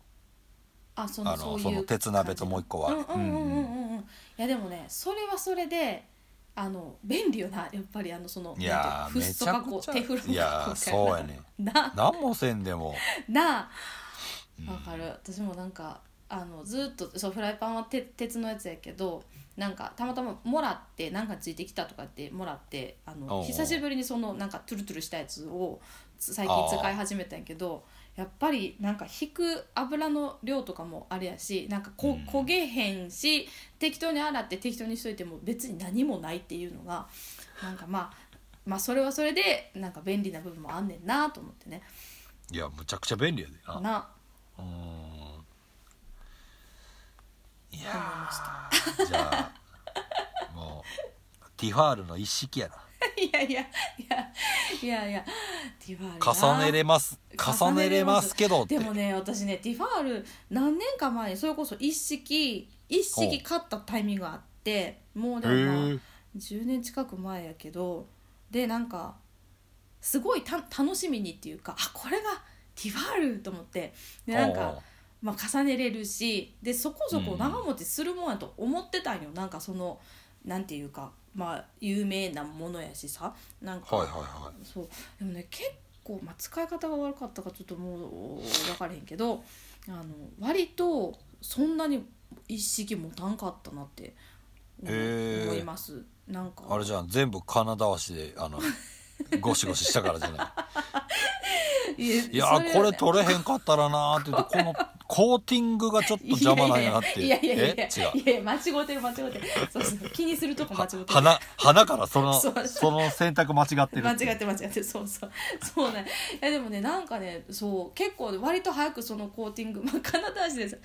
Speaker 2: あそ
Speaker 1: あ
Speaker 2: の
Speaker 1: の
Speaker 2: そういう
Speaker 1: その鉄鍋ともう一個は
Speaker 2: 感じのうんうんうん
Speaker 1: う
Speaker 2: うんうんいやでもねそれはそれであの便利よなやっぱりあのその
Speaker 1: いやー
Speaker 2: なんていうのフッ素加工
Speaker 1: めちゃくちゃ
Speaker 2: テフロン加工
Speaker 1: いやーそうやね
Speaker 2: な
Speaker 1: 何もせんでも
Speaker 2: な
Speaker 1: うん
Speaker 2: あわかる私もなんかあのずっとそうフライパンはて鉄のやつやけどなんかたまたまもらってなんかついてきたとかってもらってあ
Speaker 1: おうお
Speaker 2: の
Speaker 1: う
Speaker 2: 久しぶりにそのなんかトゥルトゥルしたやつをつ最近使い始めたんやけどやっぱりなんか引く油の量とかもあれやしなんかこ、
Speaker 1: うん
Speaker 2: 焦げへんし適当に洗って適当にしといても別に何もないっていうのがなんかまあまあそれはそれでなんか便利な部分もあんねんなと思ってね
Speaker 1: いやむちゃくちゃ便利やでな
Speaker 2: な
Speaker 1: うーんい
Speaker 2: と思い
Speaker 1: や
Speaker 2: ました。
Speaker 1: ーじゃあもうティファールの一式やない
Speaker 2: やいやいやいやいやティファールな
Speaker 1: 重ねれます重ねれますけどって
Speaker 2: でもね私ねティファール何年か前にそれこそ一式一式買ったタイミングがあってもうで
Speaker 1: へ
Speaker 2: も、まあ
Speaker 1: ー、
Speaker 2: 10年近く前やけどでなんかすごいた楽しみにっていうかあこれがティファールと思ってでなんかまあ、重ねれるしでそこそこ長持ちするもんやと思ってたんよ、なんかそのなんていうかまあ有名なものやしさなんか、
Speaker 1: はいはいは
Speaker 2: そうでもね結構、まあ、使い方が悪かったかちょっともう分からへんけどあの割とそんなに一式持たんかったなって思,、
Speaker 1: へー
Speaker 2: 思いますなんか
Speaker 1: いあれじゃん全部金倒しであのゴシゴシしたからじゃない
Speaker 2: いや
Speaker 1: いやー
Speaker 2: そ
Speaker 1: こ
Speaker 2: は
Speaker 1: れ
Speaker 2: ね
Speaker 1: 取れへんかったらなーって言ってこのコーティングがちょっと邪魔なんやなって
Speaker 2: いやいやいやいや
Speaker 1: え違う
Speaker 2: いやいや間違うてる間違うてるそうそう気にするとこ間違うてる
Speaker 1: 花花からその
Speaker 2: そ
Speaker 1: そうの選択間違ってる
Speaker 2: 間違
Speaker 1: いう
Speaker 2: って間違ってそ うそうそうねいやでもねなんかねそう結構割と早くそのコーティングまあ金出しです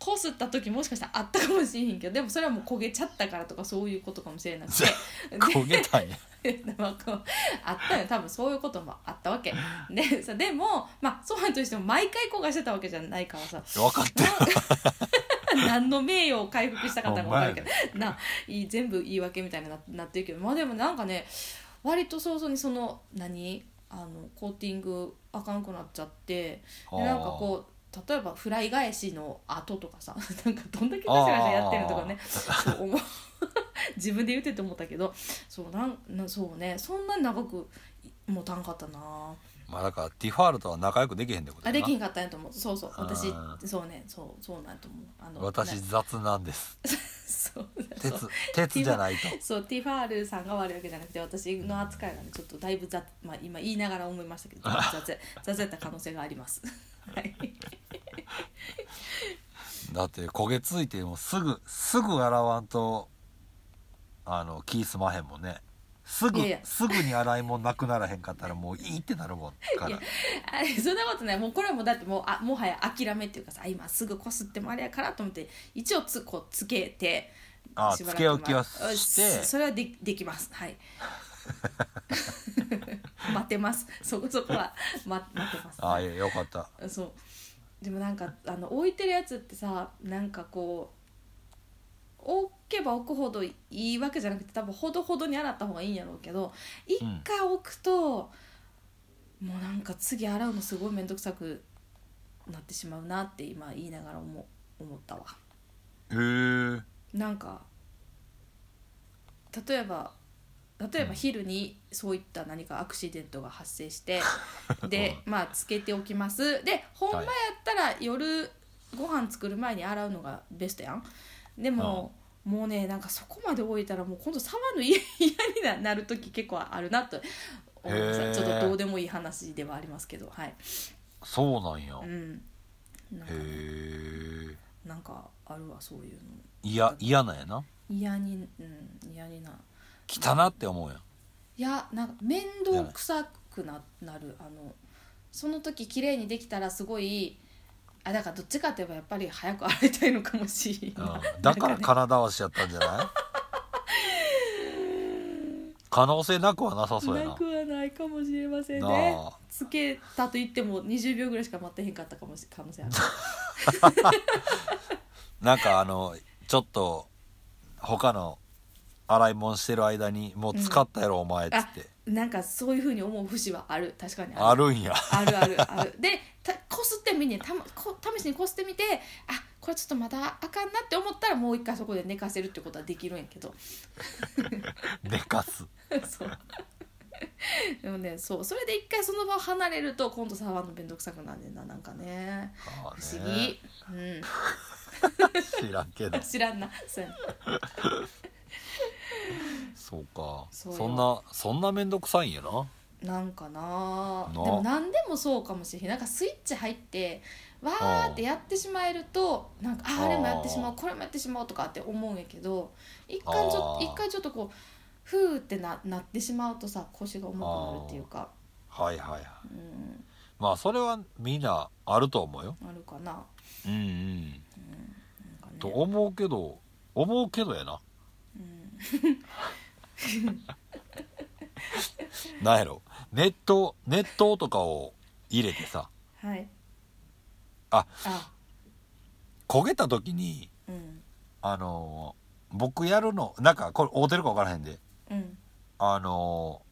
Speaker 2: こすった時もしかしたらあったかもしれへんけどでもそれはもう焦げちゃったからとかそういうことかもしれなくて
Speaker 1: 焦げたんや
Speaker 2: でまあこうあったよ多分そういうこともあったわけでさでもまあそうなんとしても毎回後悔してたわけじゃないからさ
Speaker 1: 分かってる
Speaker 2: 何の名誉を回復したかったか分かるけどないい全部言い訳みたいにななってるけどまあでもなんかね割と早々にその何あのコーティングあかんくなっちゃってでなんかこう例えばフライ返しの後とかさ なんかどんだけガシャガシャやってるのとかねそう 思う自分で言ってて思ったけどそうなんなそうねそんなに長く持たんかったな
Speaker 1: まあだからディファールとは仲良くできへんってこと
Speaker 2: あ
Speaker 1: やな
Speaker 2: できんかったんやと思うそうそう私
Speaker 1: あー
Speaker 2: そうねそうそうなんやと思うあの
Speaker 1: 私
Speaker 2: ね
Speaker 1: 雑なん です
Speaker 2: そうそう
Speaker 1: 鉄鉄じゃないと
Speaker 2: そうティファールさんが悪いわけじゃなくて私の扱いがねちょっとだいぶ雑、まあ、今言いながら思いましたけど雑や雑やった可能性があります。はい、
Speaker 1: だって焦げついてもすぐすぐ洗わんとあの気済まへんもんねすぐ
Speaker 2: いやいや
Speaker 1: すぐに洗い物なくならへんかったらもういいってなるもんから
Speaker 2: あそんなことないもうこれはもうだってもうあもはや諦めっていうかさあ今すぐこすってもあれやからと思って一応つこうつけて
Speaker 1: あ
Speaker 2: しばら
Speaker 1: つ
Speaker 2: く
Speaker 1: け置きは
Speaker 2: まあ
Speaker 1: して
Speaker 2: そそれはでできます はい 待てますそこそこは、ま、待てます
Speaker 1: ああいやよかった
Speaker 2: そうでもなんかあの置いてるやつってさなんかこう置けば置くほどいいわけじゃなくて多分ほどほどに洗った方がいいんやろうけど一回置くと、もうなんか次洗うのすごい面倒くさくなってしまうなって今言いながら思思ったわ
Speaker 1: へえ
Speaker 2: なんか例えば例えば昼にそういった何かアクシデントが発生して、でまあつけておきますでほんまやったら夜ご飯作る前に洗うのがベストやんでも、もうねなんかそこまで置いたらもう今度触るの嫌嫌になる時結構あるなと思いまし
Speaker 1: へ
Speaker 2: た
Speaker 1: ー
Speaker 2: ちょっとどうでもいい話ではありますけどはい
Speaker 1: そうなんや
Speaker 2: う
Speaker 1: へ
Speaker 2: んなんか
Speaker 1: え
Speaker 2: なんかあるわそういうの
Speaker 1: いや嫌なんやな
Speaker 2: 嫌にうん嫌にな
Speaker 1: 汚なって思うやん
Speaker 2: いやなんか面倒くさくななるあのその時綺麗にできたらすごいあだからどっちかといえばやっぱり早く洗いたいのかもしれない、
Speaker 1: うんだから金だわしやったんじゃない可能性なくはなさそうや
Speaker 2: な
Speaker 1: な
Speaker 2: くはないかもしれませんね
Speaker 1: なあ
Speaker 2: つけたと言っても20秒ぐらいしか待ってへんかったかもし可能性ある
Speaker 1: なんかあのちょっと他の洗い物してる間にもう使ったやろ、お前っつって
Speaker 2: なんかそういうふうに思う節はある確かに
Speaker 1: あるんや
Speaker 2: あるあるあるでたこすってみねた、ま、こ試しにこすってみてあこれちょっとまだあかんなって思ったらもう一回そこで寝かせるってことはできるんやけど
Speaker 1: でかす
Speaker 2: そうでもねそうそれで一回その場を離れると今度触るの面倒くさくなんねんななんかね
Speaker 1: あ
Speaker 2: 不
Speaker 1: ー
Speaker 2: 思
Speaker 1: ね
Speaker 2: 議、うん
Speaker 1: 知らんけど
Speaker 2: 知らんなそうやな
Speaker 1: そうか
Speaker 2: そ
Speaker 1: そう
Speaker 2: よ
Speaker 1: んなそんな面倒くさいんやな
Speaker 2: なんかな
Speaker 1: な
Speaker 2: でも何でもそうかもしれへんなんかスイッチ入ってわーってやってしまえるとなんかああ
Speaker 1: あー
Speaker 2: れもやってしまうこれもやってしまうとかって思うんやけど一回ちょ
Speaker 1: あ
Speaker 2: っと
Speaker 1: ー
Speaker 2: 一回ちょっとこうふーってななってしまうとさ腰が重くなるっていうか
Speaker 1: はいはいはい
Speaker 2: うん
Speaker 1: まあそれはみんなあると思うよ
Speaker 2: あるかななん
Speaker 1: うんうん
Speaker 2: かね
Speaker 1: と思うけど思うけどやな
Speaker 2: うん
Speaker 1: なんやろ熱湯熱湯とかを入れてさ
Speaker 2: はい
Speaker 1: あ
Speaker 2: あ
Speaker 1: 焦げた時に
Speaker 2: うん
Speaker 1: あのー僕やるのなんかこれ合うてるか分からへんで
Speaker 2: うん
Speaker 1: あのー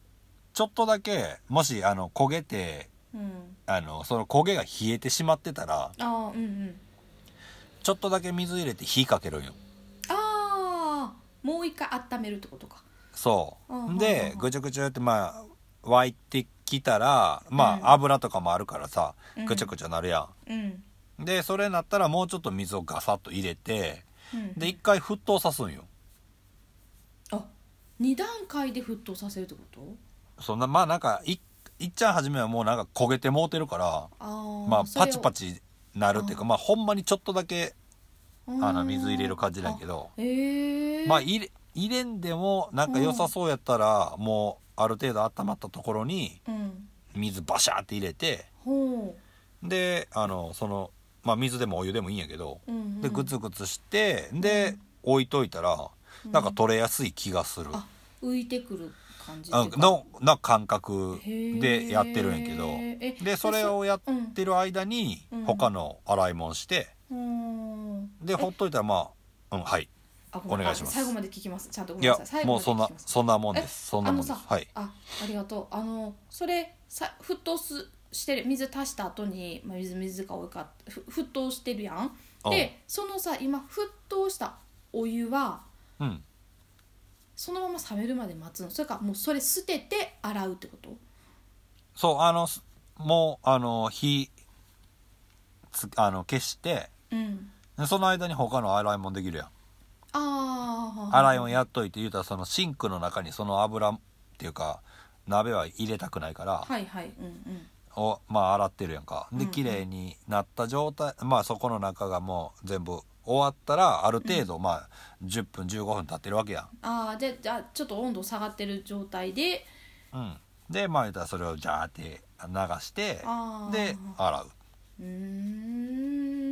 Speaker 1: ちょっとだけもしあの焦げて
Speaker 2: うん
Speaker 1: あのその焦げが冷えてしまってたら
Speaker 2: ああうんうん
Speaker 1: ちょっとだけ水入れて火かけるんよ
Speaker 2: ああもう一回温めるってことか
Speaker 1: そ
Speaker 2: うん
Speaker 1: うで
Speaker 2: うん
Speaker 1: ぐちゃぐちゃってまあ沸いてきたらま
Speaker 2: うん
Speaker 1: あ油とかもあるからさ
Speaker 2: うん
Speaker 1: ぐちゃぐちゃなるや
Speaker 2: うん
Speaker 1: んでそれになったらもうちょっと水をガサッと入れて
Speaker 2: うん
Speaker 1: で一回沸騰さすんよ
Speaker 2: あ二段階で沸騰させるってこと
Speaker 1: そんなまあなんかいいっちゃん初めはもうなんか焦げてもうてるから
Speaker 2: あ
Speaker 1: まあパチパ
Speaker 2: チ
Speaker 1: チなるっていうかまあほんまにちょっとだけあの水入れる感じだけ
Speaker 2: ど
Speaker 1: ど
Speaker 2: ええ
Speaker 1: まあ入れ入れんでもなんか良さそうやったらもうある程度温まったところに
Speaker 2: うん
Speaker 1: 水バシャーって入れて
Speaker 2: ほ
Speaker 1: であのそのまあ水でもお湯でもいいんやけど
Speaker 2: う、うんうん、
Speaker 1: でグツグツしてで置いといたら
Speaker 2: うん
Speaker 1: なんか取れやすい気がする
Speaker 2: あ浮いてくる感じ
Speaker 1: あ
Speaker 2: っていうか
Speaker 1: のな感覚
Speaker 2: へー
Speaker 1: でやってるんやけど
Speaker 2: え
Speaker 1: でそれをやってる間に
Speaker 2: うん
Speaker 1: 他の洗い物して
Speaker 2: うん
Speaker 1: でほっといたらまあうんはい
Speaker 2: あごめん
Speaker 1: お願いします
Speaker 2: あ最後まで聞きますちゃんとご
Speaker 1: い
Speaker 2: めん
Speaker 1: や
Speaker 2: なさい最後
Speaker 1: も
Speaker 2: ま
Speaker 1: うそんな
Speaker 2: で聞きます
Speaker 1: そんなもんで
Speaker 2: え
Speaker 1: すそんなもんです
Speaker 2: あのさ
Speaker 1: はい
Speaker 2: あありがとうあのそれさ沸騰すしてる水足した後にまあ水水が多いかふ沸騰してるやん
Speaker 1: うん
Speaker 2: でそのさ今沸騰したお湯は
Speaker 1: うん
Speaker 2: そのまま冷めるまで待つのそれかもうそれ捨てて洗うってこと
Speaker 1: そうあのすもうあの火つあの消して
Speaker 2: うん
Speaker 1: でその間に他の洗い物できるやん
Speaker 2: ああ
Speaker 1: 洗い物やっといて言うたらそのシンクの中にその油っていうか鍋は入れたくないから、
Speaker 2: はいはいうんうん
Speaker 1: をまあ洗ってるやんか
Speaker 2: うん
Speaker 1: で
Speaker 2: うん
Speaker 1: 綺麗になった状態まあそこの中がもう全部終わったらある程度、まあ10分15分経ってるわけやん
Speaker 2: ああでじゃあちょっと温度下がってる状態で
Speaker 1: うん、でまあ言ったらそれをジャーって流して
Speaker 2: あー
Speaker 1: で洗う
Speaker 2: うーん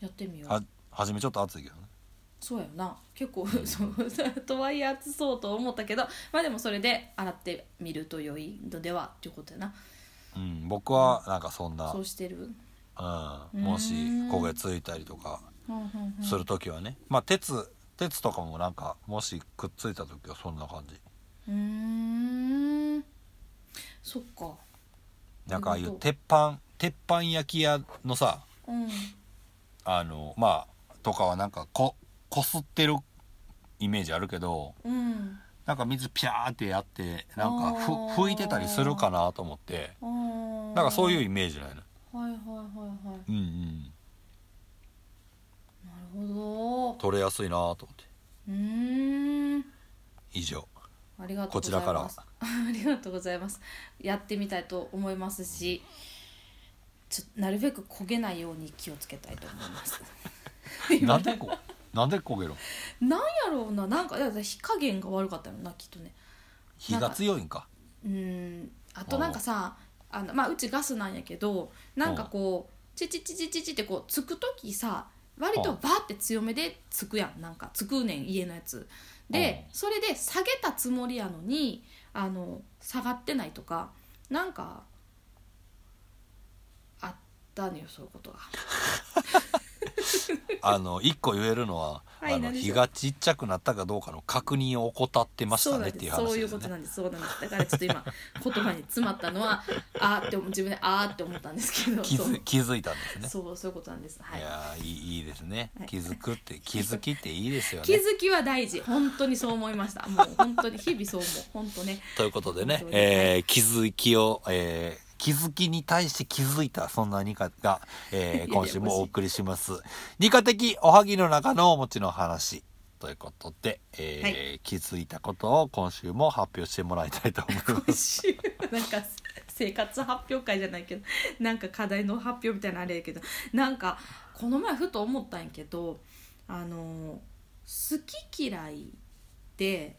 Speaker 2: やってみよ
Speaker 1: は
Speaker 2: う
Speaker 1: 初めちょっと熱いけどね
Speaker 2: そうやな結構 そうとはいえ暑そうと思ったけどまあでもそれで洗ってみると良いのではっていうことやな
Speaker 1: うん僕はなんかそんな、
Speaker 2: そうしてる
Speaker 1: うん、もし
Speaker 2: うん
Speaker 1: 焦げついたりとか
Speaker 2: うんうんうん
Speaker 1: する時はね、まあ鉄鉄とかもなんかもしくっついた時はそんな感じ
Speaker 2: うーんそっか
Speaker 1: なんかああい
Speaker 2: なる
Speaker 1: う
Speaker 2: ほど
Speaker 1: 鉄板鉄板焼き屋のさ
Speaker 2: うん
Speaker 1: あのまあとかはなんかここすってるイメージあるけど
Speaker 2: うん
Speaker 1: なんか水ピャーってやってなんかふ
Speaker 2: あー
Speaker 1: 拭いてたりするかなと思って
Speaker 2: あー
Speaker 1: なんかそういうイメージないの
Speaker 2: はいはいはいは
Speaker 1: う
Speaker 2: い
Speaker 1: んうん
Speaker 2: なるほど
Speaker 1: 取れやすいなと思って
Speaker 2: うーん
Speaker 1: 以 上
Speaker 2: ありがとう
Speaker 1: こ
Speaker 2: ご
Speaker 1: ち
Speaker 2: ざ
Speaker 1: ら
Speaker 2: い
Speaker 1: から
Speaker 2: ます。ありがとうございます。やってみたいと思いますし、ちょなるべく焦げないように気をつけたいと思います。
Speaker 1: なんでこなんで焦げるん
Speaker 2: なんやろうな、なんかだから火加減が悪かったのなきっとね。
Speaker 1: 火が強いんか
Speaker 2: うーん。あとなんかさ、あのまあうちガスなんやけど、なんかこうチチチチチチってこうつくときさ。割と
Speaker 1: うん
Speaker 2: バーって強めでつくやんなんかつくねん家のやつで
Speaker 1: う
Speaker 2: それで下げたつもりやのにあの下がってないとかなんかあったのよそういうことが
Speaker 1: あの一個言えるのは、
Speaker 2: はい
Speaker 1: あの
Speaker 2: 何でしょ
Speaker 1: 火
Speaker 2: う
Speaker 1: がちっちゃくなったかどうかの確認を怠ってまし
Speaker 2: そ
Speaker 1: た
Speaker 2: うな
Speaker 1: ねっ
Speaker 2: んで
Speaker 1: ていう
Speaker 2: す
Speaker 1: 話
Speaker 2: そうい
Speaker 1: で
Speaker 2: う
Speaker 1: す
Speaker 2: こと
Speaker 1: よね
Speaker 2: なんですそうなんですだからちょっ と今言葉に詰まったのはあーって自分であーって思ったんですけど
Speaker 1: 気
Speaker 2: そう
Speaker 1: づ気づいたんですね
Speaker 2: そうそういうことなんですはい
Speaker 1: いやーいいいいですね
Speaker 2: はい
Speaker 1: 気づく って気づきっていいですよ
Speaker 2: 気
Speaker 1: ね
Speaker 2: づきは大事本当にそう思いましたもう本当に日々そう思う本当ね
Speaker 1: ということでね
Speaker 2: 本、当に
Speaker 1: えー気づきを、えー気づきに対して気づいたそんなニカが、えー今週もお送りしますニカ的おはぎの中のお餅の話ということで、えー
Speaker 2: は
Speaker 1: 気づいたことを今週も発表してもらいたいと思います
Speaker 2: 今週なんか生活発表会じゃないけどなんか課題の発表みたいなのあれやけどなんかこの前ふと思ったんやけどあの好き嫌いで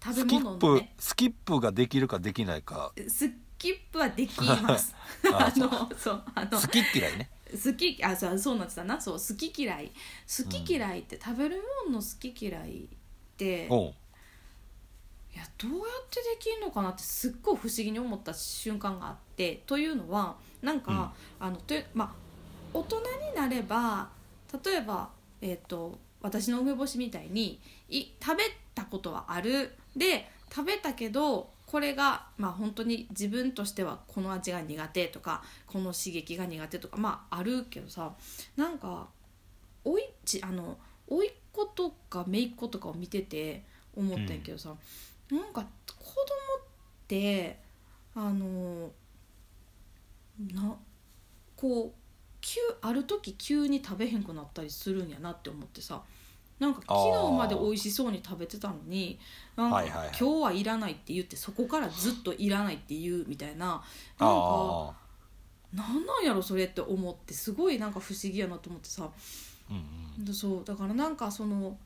Speaker 2: 食
Speaker 1: ス
Speaker 2: べ
Speaker 1: キッ
Speaker 2: 物
Speaker 1: プ、
Speaker 2: のね
Speaker 1: スキップができるかできないか
Speaker 2: スキップはできます
Speaker 1: あ
Speaker 2: あのそうあの
Speaker 1: 好き嫌いね
Speaker 2: 好きあそうそうなってたなそう好き嫌い好き嫌いって食べるものの好き嫌いって、
Speaker 1: おう
Speaker 2: いやどうやってできるのかなってすっごい不思議に思った瞬間があってというのはなんか、あのというまあ大人になれば例えば、えー、と私の梅干しみたいにい食べたことはあるで食べたけどこれが、まあ、本当に自分としてはこの味が苦手とかこの刺激が苦手とかまああるけどさなんかおいちあのおいっ子とかめいっ子とかを見てて思ったんやけどさ、なんか子供ってあのなこう急ある時急に食べへんくなったりするんやなって思ってさなんか
Speaker 1: あー
Speaker 2: 昨日まで美味しそうに食べてたのになんか
Speaker 1: はいはいはい
Speaker 2: 今日はいらないって言ってそこからずっといらないって言うみたいななんか
Speaker 1: あ
Speaker 2: なんなんやろそれって思ってすごいなんか不思議やなと思ってさ
Speaker 1: ーうんうん
Speaker 2: でそうだからなんかその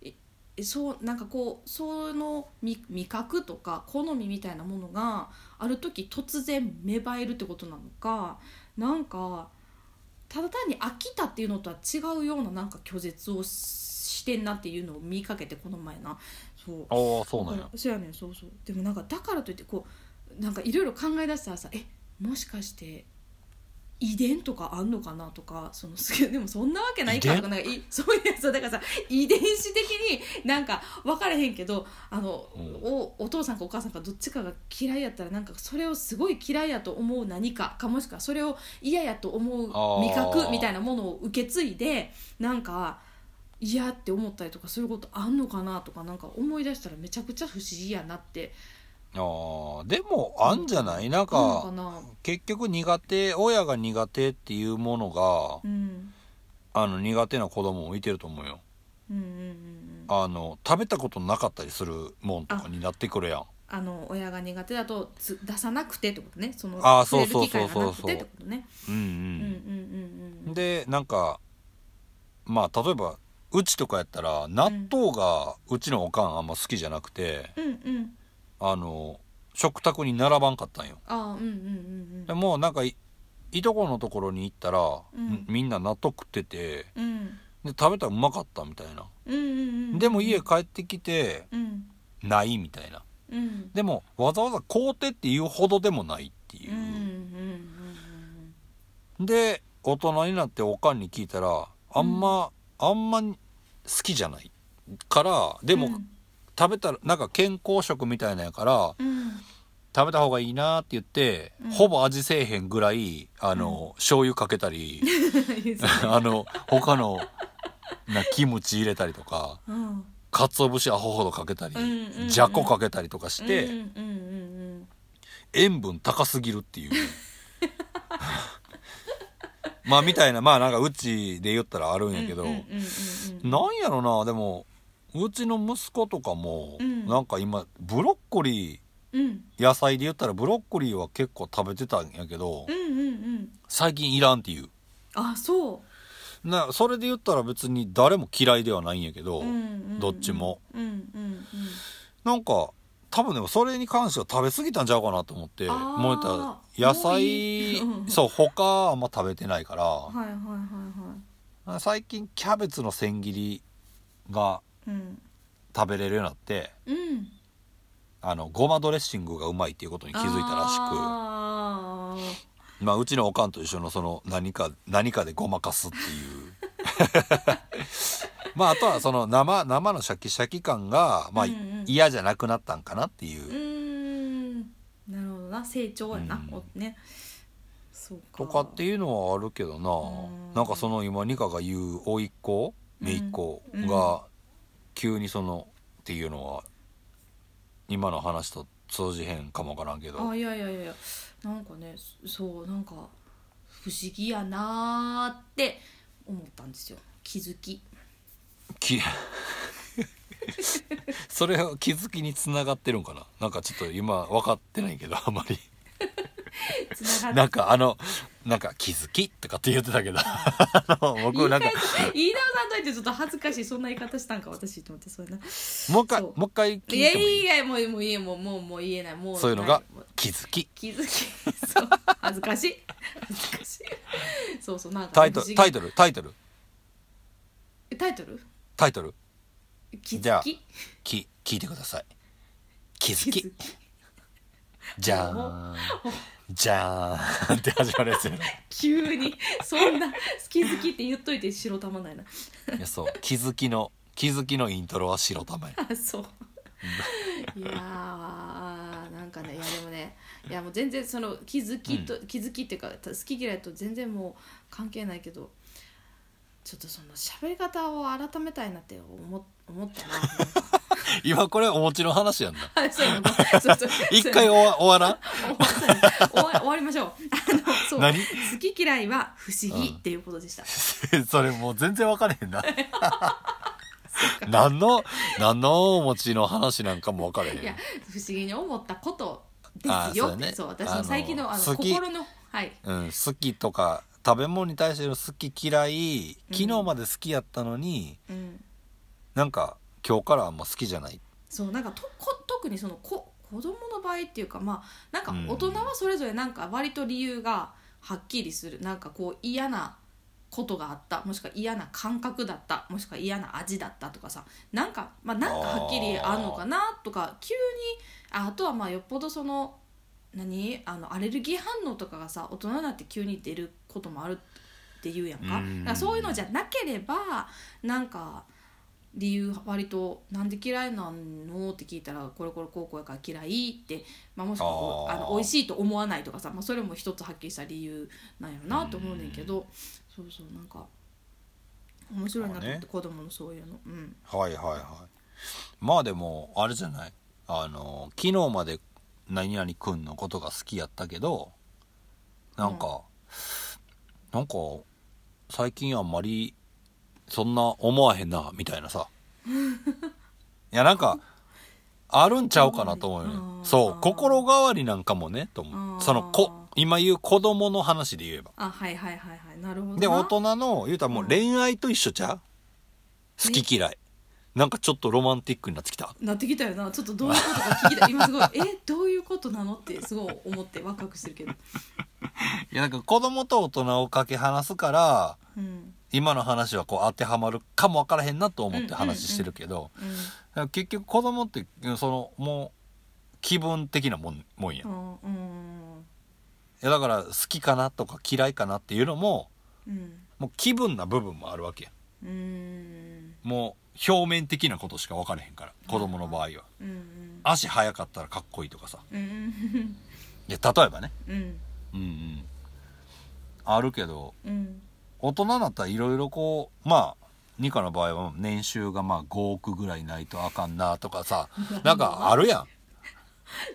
Speaker 2: ええそうなんかこうその味味覚とか好みみたいなものがある時突然芽生えるってことなのかなんかただ単に飽きたっていうのとは違うようななんか拒絶をしてんなっていうのを見かけてこの前なそう
Speaker 1: おーそうなん
Speaker 2: だ
Speaker 1: や
Speaker 2: からそうやねんそうそうでもなんかだからといってこうなんかいろいろ考え出したらさえもしかして遺伝とかあんのかなとかそのすげえでもそんなわけないか
Speaker 1: 遺
Speaker 2: と
Speaker 1: 伝
Speaker 2: かなんかいそういうやつだからさ遺伝子的になんか分かれへんけどあの、
Speaker 1: うん
Speaker 2: おお父さんかお母さんかどっちかが嫌いやったらなんかそれをすごい嫌いやと思う何かかもしくはそれを嫌やと思う味
Speaker 1: あー
Speaker 2: 覚みたいなものを受け継いでなんか嫌って思ったりとかそういうことあんのかなとかなんか思い出したらめちゃくちゃ不思議やなって
Speaker 1: あーでもあんじゃないなん
Speaker 2: あんのか
Speaker 1: か
Speaker 2: な
Speaker 1: 結局苦手親が苦手っていうものが
Speaker 2: うん
Speaker 1: あの苦手な子供もいてると思うよ
Speaker 2: うんうんうんうん
Speaker 1: あの食べたことなかったりするもんとかになってくるやん
Speaker 2: あの親が苦手だとつ出さなくてってことねその
Speaker 1: あー
Speaker 2: 触れる
Speaker 1: そうそう
Speaker 2: 機会が
Speaker 1: そ
Speaker 2: な
Speaker 1: う
Speaker 2: く
Speaker 1: そうそう
Speaker 2: てってことね
Speaker 1: うん
Speaker 2: うんう
Speaker 1: う
Speaker 2: んうん
Speaker 1: ん、
Speaker 2: うんうん
Speaker 1: でなんかまあ例えばうちとかやったら納豆がうちのおかんあんま好きじゃなくて、
Speaker 2: うんうん
Speaker 1: あの食卓に並ばんかったんよ。
Speaker 2: ああうんうんうん
Speaker 1: でもなんかいいとこのところに行ったら、
Speaker 2: ん
Speaker 1: みんな納豆食ってて
Speaker 2: うんうん
Speaker 1: で食べたらうまかったみたいな、
Speaker 2: うんうんうん
Speaker 1: でも家帰ってきて
Speaker 2: うん
Speaker 1: ないみたいな
Speaker 2: うん
Speaker 1: でもわざわざ買うてっていうほどでもないってい
Speaker 2: うんうんうん
Speaker 1: う、で大人になっておかんに聞いたらあんま、あんま好きじゃないからでも、食べたらなんか健康食みたいなんやから
Speaker 2: うんうん
Speaker 1: 食べた方がいいなって言って、
Speaker 2: うん
Speaker 1: ほぼ味せえへんぐらいあの、醤油かけた りあの他のなキムチ入れたりとか
Speaker 2: うん
Speaker 1: 鰹節アホほどかけたり、
Speaker 2: うんうんうん
Speaker 1: じゃこかけたりとかして、
Speaker 2: うんうんうん
Speaker 1: 塩分高すぎるっていう まあみたいなまあなんかうちで言ったらあるん
Speaker 2: うん
Speaker 1: やけど、
Speaker 2: うんうんうんうん
Speaker 1: なんやろなでもうちの息子とかも、
Speaker 2: うん
Speaker 1: なんか今ブロッコリー
Speaker 2: うん
Speaker 1: 野菜で言ったらブロッコリーは結構食べてたんやけど、
Speaker 2: うんうんうん
Speaker 1: 最近いらんっていう
Speaker 2: あそ
Speaker 1: なそれで言ったら別に誰も嫌いではないんやけど、
Speaker 2: ううんうんうん
Speaker 1: どっちも
Speaker 2: うんうん
Speaker 1: なんか多分でもそれに関しては食べ過ぎたんちゃうかなと思って
Speaker 2: あー
Speaker 1: もう言ったら野
Speaker 2: もう
Speaker 1: 菜
Speaker 2: いいうん
Speaker 1: そう他あんま食べてないか
Speaker 2: うん
Speaker 1: ら
Speaker 2: はいはいはいは
Speaker 1: 最近キャベツの千切りが
Speaker 2: いうん
Speaker 1: 食べれるようになって
Speaker 2: うん
Speaker 1: あのごまドレッシングがうまいっていうことに気づいたらしく
Speaker 2: あー
Speaker 1: まあ、うちのおかんと一緒のその何か何かでごまかすっていう まああとはその生生のシャキシャキ感が、まあ
Speaker 2: うんうん
Speaker 1: 嫌じゃなくなったんかなっていう
Speaker 2: うーんなるほどな成長やな、
Speaker 1: うん
Speaker 2: おねそうか
Speaker 1: とかっていうのはあるけど
Speaker 2: うん
Speaker 1: ななんかその今ニカが言う甥っ子
Speaker 2: うん
Speaker 1: 姪っ子
Speaker 2: うん
Speaker 1: が急にそのっていうのは今の話と通じへんかもわからんけど
Speaker 2: あいやいやいやいやなんかねそそうなんか不思議やなーって思ったんですよ気づき
Speaker 1: き それは気づきにつながってるんかななんかちょっと今分かってないけどあんまり
Speaker 2: つなが
Speaker 1: な
Speaker 2: っ
Speaker 1: んかあのなんか気づきとかって言ってたけど あの僕なんか
Speaker 2: 言い直さんといてちょっと恥ずかしいそんな言い方したんか私と思ってそうやな
Speaker 1: もう一回
Speaker 2: そ
Speaker 1: も
Speaker 2: う
Speaker 1: う一回聞いて
Speaker 2: いや
Speaker 1: もい
Speaker 2: い
Speaker 1: い
Speaker 2: やいやもうもう言えもうもうもう言えないもう
Speaker 1: そういうの
Speaker 2: な
Speaker 1: が
Speaker 2: もう
Speaker 1: 気づき
Speaker 2: 気づきそう恥ずかしい恥ずかしいそうそうなんか
Speaker 1: タイト
Speaker 2: 不思
Speaker 1: ル
Speaker 2: 議
Speaker 1: タイトルタイトル
Speaker 2: えタイトル
Speaker 1: タイトル
Speaker 2: 気
Speaker 1: じゃ
Speaker 2: づ
Speaker 1: あ
Speaker 2: き
Speaker 1: き聞いてください気づ
Speaker 2: 気
Speaker 1: き
Speaker 2: づき
Speaker 1: じゃーんじゃーんって始まるやつやろ
Speaker 2: 急にそんな好き好きって言っといて白玉ないない
Speaker 1: やそう気づきの気づきのイントロは白玉や
Speaker 2: あそういやーなんかねいやでもねいやもう全然その気づきと、気づきっていうか好き嫌いと全然もう関係ないけどちょっとその喋り方を改めたいなって思思ったな
Speaker 1: 今これお持ちの話やんな
Speaker 2: あ そうやなそうそう
Speaker 1: 一回終わ終わらん
Speaker 2: 終わそうやな終わ終わりましょうあのそう
Speaker 1: 何
Speaker 2: 好き嫌いは不思議っていうことでした、
Speaker 1: それもう全然分かれへん な何の何のお持ちの話なんかも分かれへん
Speaker 2: いや不思議に思ったことで
Speaker 1: あー
Speaker 2: すよ
Speaker 1: そうだ
Speaker 2: って
Speaker 1: ね
Speaker 2: そう,、私の最近の
Speaker 1: あ
Speaker 2: あ
Speaker 1: の
Speaker 2: の
Speaker 1: 好き
Speaker 2: 心のはい
Speaker 1: うん、好きとか食べ物に対しての好き嫌い昨日まで好きやったのに、
Speaker 2: うん、
Speaker 1: なんか今日からあんま好きじゃない
Speaker 2: そうなんかとこ特にそのこ子供の場合っていうかまあなんか
Speaker 1: うん
Speaker 2: 大人はそれぞれなんか割と理由がはっきりするなんかこう嫌なことがあったもしくは嫌な感覚だったもしくは嫌な味だったとかさなんかまあなんかはっきりあるのかなとか急にああとはまあよっぽどその何あのアレルギー反応とかがさ大人になって急に出ることもあるっていうやんか,、
Speaker 1: うん
Speaker 2: だからそういうのじゃなければなんか理由割と「なんで嫌いなの?」って聞いたら「これこれこうこうやから嫌い」って、まあ、もしくはお
Speaker 1: あ
Speaker 2: あ
Speaker 1: ー
Speaker 2: の美味しいと思わないとかさ、まあ、それも一つはっきりした理由なんやろなと思うねんけど、そうそうなんか面白いなと思
Speaker 1: ま
Speaker 2: っ
Speaker 1: あ
Speaker 2: て
Speaker 1: ね
Speaker 2: 子供のそういうの。うん
Speaker 1: はいはいはいまあでもあれじゃないあの昨日まで何々くんのことが好きやったけどなんか、なんか最近あんまりそんな思わへんなみたいなさいやなんかあるんちゃうかなと思うよ
Speaker 2: あ
Speaker 1: ね
Speaker 2: ー
Speaker 1: そう心変わりなんかもねと
Speaker 2: あ
Speaker 1: 思
Speaker 2: ー
Speaker 1: うそのこ今言う子供の話で言えば
Speaker 2: あはいはいはいはいなるほどな
Speaker 1: で大人の言うたらもう恋愛と一緒じゃう好き嫌いなんかちょっとロマンティックになってきた
Speaker 2: なってきたよなちょっとどういうことか 聞きたい今すごいえどういうことなのってすごい思ってワクワクしてるけど
Speaker 1: いやなんか子供と大人をかけ離すから
Speaker 2: うん
Speaker 1: 今の話はこう当てはまるかも分からへんなと思って話してるけど、
Speaker 2: う
Speaker 1: だから結局子供ってそのもう気分的なもんもんや,、い
Speaker 2: んうん
Speaker 1: やだから好きかなとか嫌いかなっていうのも
Speaker 2: うん
Speaker 1: もう気分な部分もあるわけや
Speaker 2: うんうん
Speaker 1: もう表面的なことしか分からへんから子供の場合は
Speaker 2: うん
Speaker 1: 足速かったらかっこいいとかさ
Speaker 2: うん
Speaker 1: いや例えばね
Speaker 2: うん
Speaker 1: うんうんあるけど
Speaker 2: うん
Speaker 1: 大人になったらいろいろこうまあニカの場合は年収がまあ5億ぐらいないとあかんなとか さなんかあるや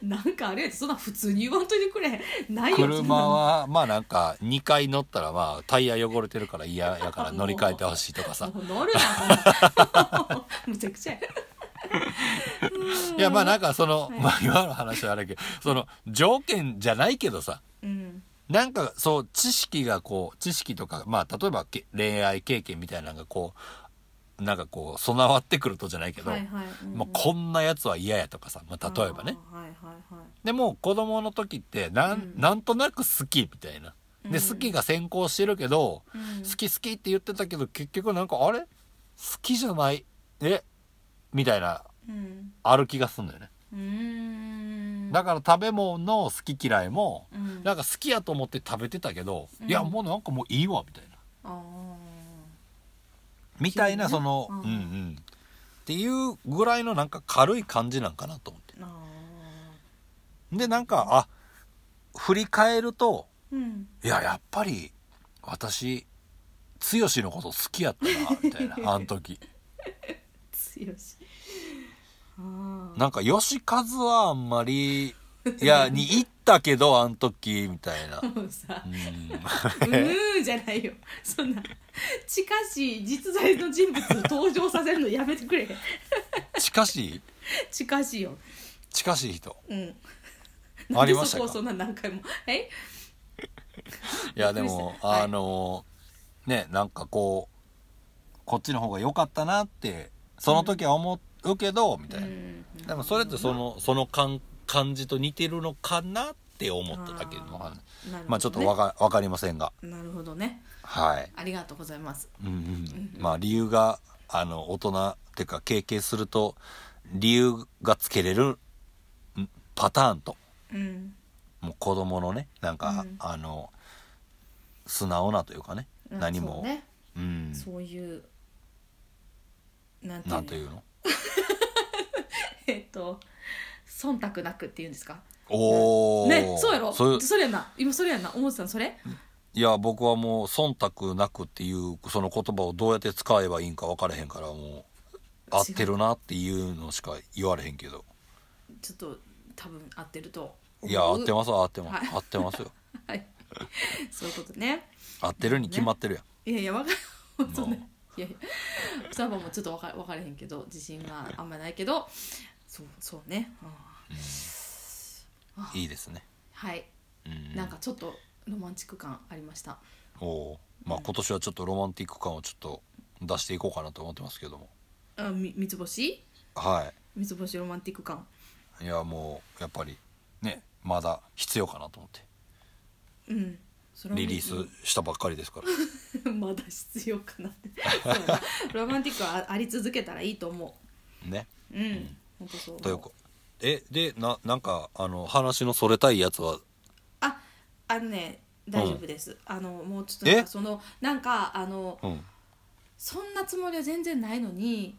Speaker 1: ん
Speaker 2: なんかあれやつそんな普通に言わんといてくれないよ
Speaker 1: 車はまあなんか2回乗ったらまあタイヤ汚れてるから嫌や から乗り換えてほしいとか
Speaker 2: そ ん
Speaker 1: さ
Speaker 2: なの乗るなそんなむちゃくちゃや
Speaker 1: いやまあなんかその、
Speaker 2: はい
Speaker 1: まあ今の話はあれやけどその条件じゃないけどさ
Speaker 2: うん
Speaker 1: なんかそう知識がこう知識とかまあ例えばけ恋愛経験みたいなのがこうなんかこう備わってくるとじゃないけど、
Speaker 2: はいはいうん
Speaker 1: まあ、こんなやつは嫌やとかさ、まあ、例えばね
Speaker 2: あーはいはいはい
Speaker 1: でも子供の時ってなん,、
Speaker 2: うん
Speaker 1: なんとなく好きみたいな
Speaker 2: うん
Speaker 1: で好きが先行してるけど、
Speaker 2: うん
Speaker 1: 好き好きって言ってたけど結局なんかあれ好きじゃないえみたいな
Speaker 2: うん
Speaker 1: ある気がすんだよね
Speaker 2: うーん
Speaker 1: だから食べ物の好き嫌いも
Speaker 2: うん
Speaker 1: なんか好きやと思って食べてたけど、
Speaker 2: うん
Speaker 1: いやもうなんかもういいわみたいな
Speaker 2: あ
Speaker 1: みたいな
Speaker 2: 急
Speaker 1: そ
Speaker 2: にね
Speaker 1: の、
Speaker 2: うん
Speaker 1: うんうんっていうぐらいのなんか軽い感じなんかなと思って
Speaker 2: ーあ
Speaker 1: でなんかあ振り返ると
Speaker 2: ーうん
Speaker 1: いややっぱり私剛のこと好きやったなみたい なあの時
Speaker 2: 強しああ
Speaker 1: なんか吉和はあんまりい やに行ったけどあの時みたいな。
Speaker 2: もうさ
Speaker 1: う
Speaker 2: 「
Speaker 1: ん
Speaker 2: うーん」じゃないよそんな近しい実在の人物を登場させるのやめてくれ
Speaker 1: 近しい
Speaker 2: 近しいよ
Speaker 1: 近しい人
Speaker 2: うん
Speaker 1: ありました
Speaker 2: なんでそこを
Speaker 1: か
Speaker 2: そんな何回もえ
Speaker 1: いやでも
Speaker 2: びっくりしたはい
Speaker 1: あのねなんかこうこっちの方が良かったなってその時は思うけど、みたいな、でもそれってそのその感感じと似てるのかなって思っただけの話まあちょっとわ
Speaker 2: か
Speaker 1: かわかりませんが
Speaker 2: なるほどね
Speaker 1: はい。
Speaker 2: ありがとうございます
Speaker 1: うんうんまあ理由があの大人っていうか経験すると理由がつけれるんパターンと
Speaker 2: うん
Speaker 1: もう子供のねなんか、
Speaker 2: うん
Speaker 1: あの素直なというかね
Speaker 2: うん
Speaker 1: 何も
Speaker 2: そうね
Speaker 1: うん
Speaker 2: そういうなんていう
Speaker 1: なん
Speaker 2: の
Speaker 1: というの
Speaker 2: えっと忖度なくっていうんですか
Speaker 1: おお
Speaker 2: ねそうやろ
Speaker 1: そ
Speaker 2: そうれやんな今それやんな思ってたのそれ
Speaker 1: いや僕はもう忖度なくっていうその言葉をどうやって使えばいいんか分からへんからもう合ってるなっていうのしか言われへんけど
Speaker 2: ちょっと多分合ってると思う
Speaker 1: いや合ってます合ってます、
Speaker 2: はい
Speaker 1: 合ってますよ
Speaker 2: はいそういうことね
Speaker 1: 合ってるに決まってるやん、
Speaker 2: いやいやわかるそんな
Speaker 1: も
Speaker 2: いやいやサバもちょっとわか分からへんけど自信があんまないけどそうそうね、うん
Speaker 1: いいですね
Speaker 2: はい
Speaker 1: うん
Speaker 2: なんかちょっとロマンチック感ありました
Speaker 1: おおまあ今年はちょっとロマンティック感をちょっと出していこうかなと思ってますけども
Speaker 2: あみ三つ星
Speaker 1: は
Speaker 2: 三つ星ロマンティック感
Speaker 1: いいやもうやっぱりねまだ必要かなと思って
Speaker 2: うんそれは
Speaker 1: リリースしたばっかりですから
Speaker 2: まだ必要かなってそうやなロマンティックはああり続けたらいいと思
Speaker 1: ね
Speaker 2: ううん本当そう思う
Speaker 1: というかえでななんかあの話のそれたいやつは
Speaker 2: ああのね大丈夫です、あのもうちょっとなん
Speaker 1: え
Speaker 2: かそのなんかあの
Speaker 1: うん
Speaker 2: そんなつもりは全然ないのに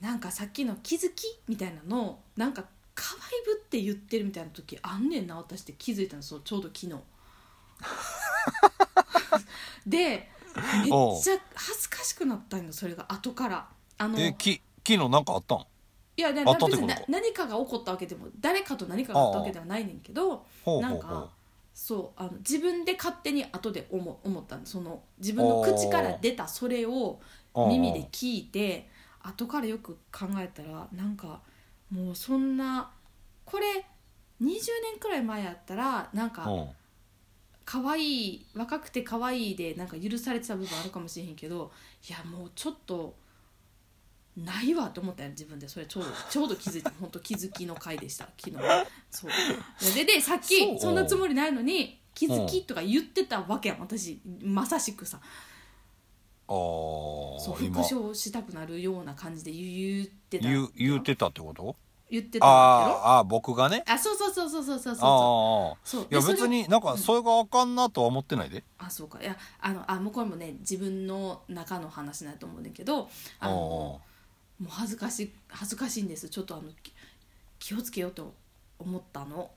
Speaker 2: なんかさっきの気づきみたいなのなんか可愛ぶって言ってるみたいな時あんねんな私って気づいたのそうちょうど 昨日でめっ
Speaker 1: おう
Speaker 2: ちゃ恥ずかしくなったんよそれが後からあの
Speaker 1: えき昨日なんかあったん
Speaker 2: いやで
Speaker 1: あ
Speaker 2: も
Speaker 1: ったってこ
Speaker 2: 別
Speaker 1: と
Speaker 2: に
Speaker 1: か
Speaker 2: な何かが起こったわけでも誰かと何かがあったわけではないねんけど
Speaker 1: ほう
Speaker 2: な
Speaker 1: ほうんほ
Speaker 2: か
Speaker 1: う
Speaker 2: そうあの自分で勝手に後で思思ったのその自分の口から出たそれを
Speaker 1: おう
Speaker 2: 耳で聞いて後からよく考えたらなんかもうそんなこれ20年くらい前やったらなん
Speaker 1: う
Speaker 2: か
Speaker 1: ん
Speaker 2: 可愛い若くて可愛いでなんか許されてた部分あるかもしれへんけどいやもうちょっとないわと思ったよ自分でそ れちょうどちょうど気づいた本当気づきの回でした昨日そうででさっ
Speaker 1: そ
Speaker 2: き
Speaker 1: う
Speaker 2: そんなつもりないのに気づきとか言ってたわけやん私まさしくさ
Speaker 1: あ
Speaker 2: そう
Speaker 1: あ今
Speaker 2: 復唱したくなるような感じで言ってた
Speaker 1: 言う言うてたってこと
Speaker 2: 言ってたんだけど
Speaker 1: あーあー僕がね
Speaker 2: あそうそうそうそうそうそうそう
Speaker 1: ああ
Speaker 2: そう
Speaker 1: いや
Speaker 2: でそれ
Speaker 1: 別になんかそれがあかんなとは思ってないで
Speaker 2: あそうかいやあのあもうこれもね自分の中の話なんやと思うんだけどあのもう恥ずかしい恥ずかしいんですちょっとあのき気をつけようと思った の。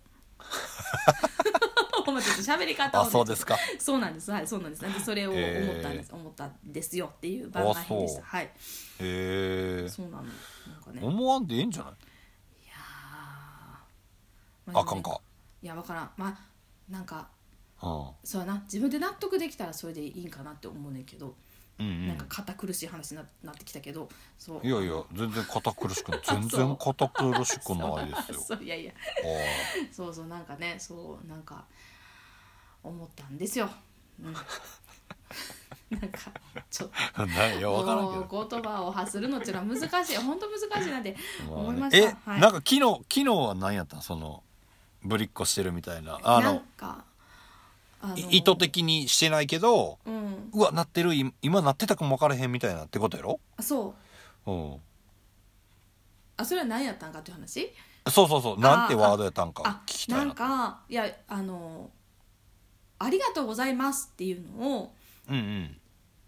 Speaker 2: ほんまちょっと喋り方
Speaker 1: あ
Speaker 2: を
Speaker 1: あ
Speaker 2: ね
Speaker 1: そうですか
Speaker 2: そうなんですはいそうなんですなんでそれを思ったんです、思ったんですよっていう番外編でし
Speaker 1: あ
Speaker 2: た
Speaker 1: そ
Speaker 2: はい
Speaker 1: へえ
Speaker 2: そうなのなんかねいや
Speaker 1: 思わんでええんじゃない
Speaker 2: ーま
Speaker 1: あかんか
Speaker 2: いやわからんまあなんか
Speaker 1: うん
Speaker 2: そうやな自分で納得できたらそれでいいんかなって思うねんけど
Speaker 1: うんうん
Speaker 2: なんか堅苦しい話にななってきたけどそう
Speaker 1: いやいや全然堅苦しく ない全然堅苦しくないですよ
Speaker 2: そういやいや
Speaker 1: はい
Speaker 2: そうそうなんかねそうなんか思ったん ですよ、うん、なんかちょっと
Speaker 1: ないや分からん けど
Speaker 2: もう言葉を発するのっていうのは難しい本当難しいなって思いまし
Speaker 1: え
Speaker 2: た、はい
Speaker 1: なんか昨日昨日は何やったんそのぶりっこしてるみたいなあ
Speaker 2: なん
Speaker 1: の
Speaker 2: かあの
Speaker 1: い意図的にしてないけど
Speaker 2: うん
Speaker 1: うわなってるい今なってたかも分からへんみたいなってことやろ、
Speaker 2: あそう
Speaker 1: うん、
Speaker 2: あそれは何やったんかっていう話
Speaker 1: そうそうそうなんてワードやったんか
Speaker 2: あ
Speaker 1: 聞きた
Speaker 2: ないん
Speaker 1: な
Speaker 2: かいやあの「ありがとうございます」っていうのを
Speaker 1: うんうん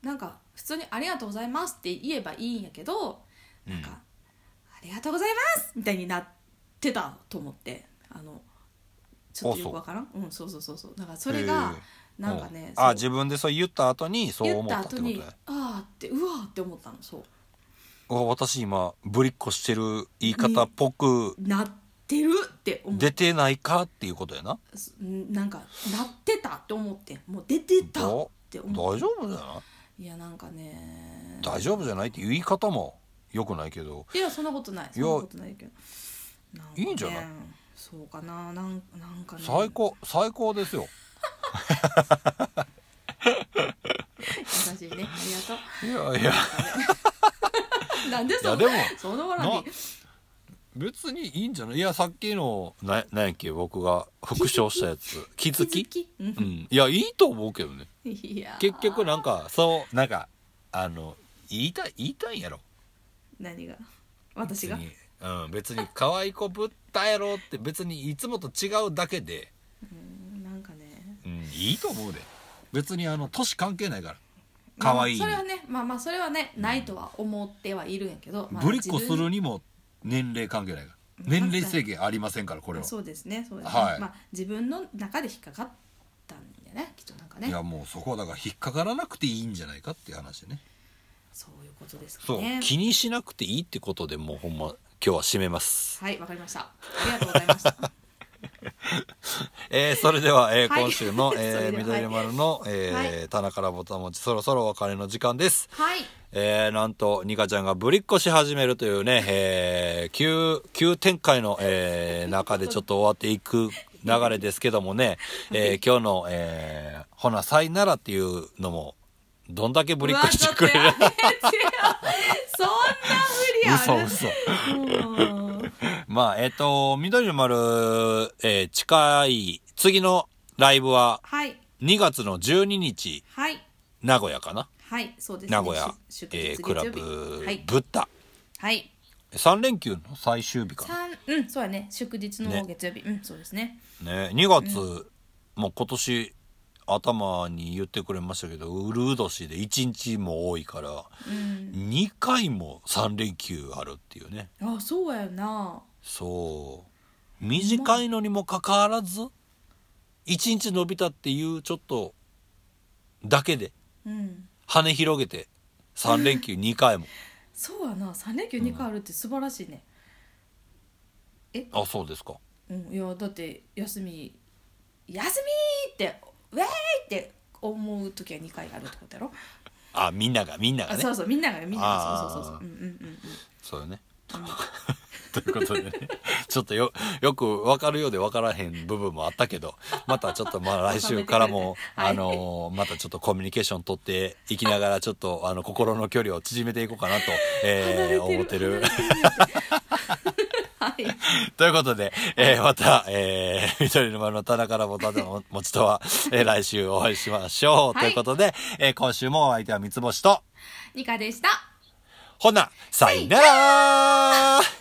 Speaker 2: なんか普通に「ありがとうございます」って言えばいいんやけどなんか、
Speaker 1: うん
Speaker 2: ありがとうございますみたいになってたと思ってあのちょっとよくわからんうんそうそうそうそうだからそれがなんか
Speaker 1: う
Speaker 2: ねそう
Speaker 1: あ自分でそう言った後にそう
Speaker 2: 言
Speaker 1: 思
Speaker 2: っ
Speaker 1: ったっ
Speaker 2: た
Speaker 1: て
Speaker 2: 後
Speaker 1: こと
Speaker 2: に
Speaker 1: や
Speaker 2: 「ああ」ってうわーって思ったのそう
Speaker 1: うわ私今ぶりっこしてる言い方っぽく
Speaker 2: なってるって思っ
Speaker 1: 出てないかっていうことやな
Speaker 2: うんなんかなってたって思ってもう出てたっ
Speaker 1: ど
Speaker 2: て
Speaker 1: 大
Speaker 2: 思っ
Speaker 1: 丈夫じゃない
Speaker 2: ていやなんかね
Speaker 1: 大丈夫じゃないっていう言い方もよくないけど
Speaker 2: いやそんなことない
Speaker 1: い
Speaker 2: そん
Speaker 1: や
Speaker 2: なことないけどなか
Speaker 1: い
Speaker 2: ね
Speaker 1: いんじゃない
Speaker 2: そうかななんなんかね
Speaker 1: 最高最高ですよ
Speaker 2: 優しいねありがとう
Speaker 1: いやいや
Speaker 2: なんで
Speaker 1: いや
Speaker 2: そ
Speaker 1: で
Speaker 2: の
Speaker 1: も
Speaker 2: その笑
Speaker 1: な
Speaker 2: に
Speaker 1: 別にいいんじゃないいやさっきのななんやっけ僕が復唱したやつ気づき
Speaker 2: う
Speaker 1: うんんいやいいと思うけどね
Speaker 2: いやー
Speaker 1: 結局なんかそうなんかあの言いたい言いたいんやろ
Speaker 2: 何が私
Speaker 1: 別
Speaker 2: が
Speaker 1: にうん別に可愛い子ぶったやろって別にいつもと違うだけで、
Speaker 2: うんなんかね
Speaker 1: うん、いいと思うで別にあの年関係ないから可愛い
Speaker 2: まあそれはねまあまあそれはねないとは思ってはいるんやけど、まあ、
Speaker 1: ぶりっこす
Speaker 2: 自分
Speaker 1: るにも年齢関係ないから
Speaker 2: うん
Speaker 1: 年齢制限ありませんからこれは
Speaker 2: そうですねそうですね、
Speaker 1: はい
Speaker 2: まあ自分の中で引っかかったんでねきっとなんか
Speaker 1: い
Speaker 2: ね
Speaker 1: やもうそこはだから引っかからなくていいんじゃないかっていう話ね
Speaker 2: そういうことですか
Speaker 1: そう、
Speaker 2: ね
Speaker 1: 気にしなくていいってことでもうほんま今日は締めます
Speaker 2: はいわかりましたありがとうございま した
Speaker 1: えー、それでは、えー
Speaker 2: はい
Speaker 1: 今週 の、
Speaker 2: そ
Speaker 1: え
Speaker 2: れ
Speaker 1: ー、
Speaker 2: では
Speaker 1: 緑丸の、えー
Speaker 2: は
Speaker 1: 棚からぼたもちそろそろお別れの時間です
Speaker 2: はい
Speaker 1: えー、なんと、ニカちゃんがぶりっこし始めるというね、えー、急、急展開の、えー、中でちょっと終わっていく流れですけど もね、えー、今日の、えー、ほな、さいならっていうのも、どんだけぶりっこしてくれる
Speaker 2: うわちょっとやめてよそんな無理あ
Speaker 1: 嘘
Speaker 2: る
Speaker 1: 嘘。
Speaker 2: うん
Speaker 1: まあ、えっ、と、緑の丸、えー、近い、次のライブは、
Speaker 2: はい
Speaker 1: 2月の12日、
Speaker 2: はい
Speaker 1: 名古屋かな
Speaker 2: はいそうですね
Speaker 1: 名古屋、
Speaker 2: 出出
Speaker 1: え
Speaker 2: 血
Speaker 1: ー、クラ
Speaker 2: 月曜
Speaker 1: ブ
Speaker 2: 日はい、
Speaker 1: ブッダ。
Speaker 2: はい、
Speaker 1: 3連休の最終日かな。
Speaker 2: 三うんそうやね祝日
Speaker 1: ね
Speaker 2: の月曜日、うんそうですね
Speaker 1: ね2月、もう今年頭に言ってくれましたけどうるう年で1日も多いから、
Speaker 2: うん
Speaker 1: 2回も3連休あるっていうね
Speaker 2: あそうやな
Speaker 1: そう短いのにもかかわらず1日伸びたっていうちょっとだけで
Speaker 2: うん
Speaker 1: 羽広げて3連休2回も
Speaker 2: そうやな三連休二回あるって素晴らしいね、
Speaker 1: あそうですか
Speaker 2: うんいやだって休み休みーってウェーイって思う時は二回あるってことやろ
Speaker 1: あみんながみんなが
Speaker 2: あ
Speaker 1: ね
Speaker 2: そうそうみんながみんなが
Speaker 1: あー
Speaker 2: そうそうそうそううんうんうんうん
Speaker 1: そうよね ということでねちょっとよよく分かるようで分からへん部分もあったけどまたちょっとまあ来週からも、
Speaker 2: はい
Speaker 1: あのまたちょっとコミュニケーション取っていきながらちょっとあの心の距離を縮めていこうかなと、えー、思ってる。
Speaker 2: はい。
Speaker 1: ということで、えーまた、えー、 緑の丸の棚からもたでも持ちとは、 えー来週お会いしましょう。
Speaker 2: は
Speaker 1: とい
Speaker 2: い
Speaker 1: うことで、えー今週もお相手は三つ星と、
Speaker 2: ニカでした。
Speaker 1: ほな、さいなら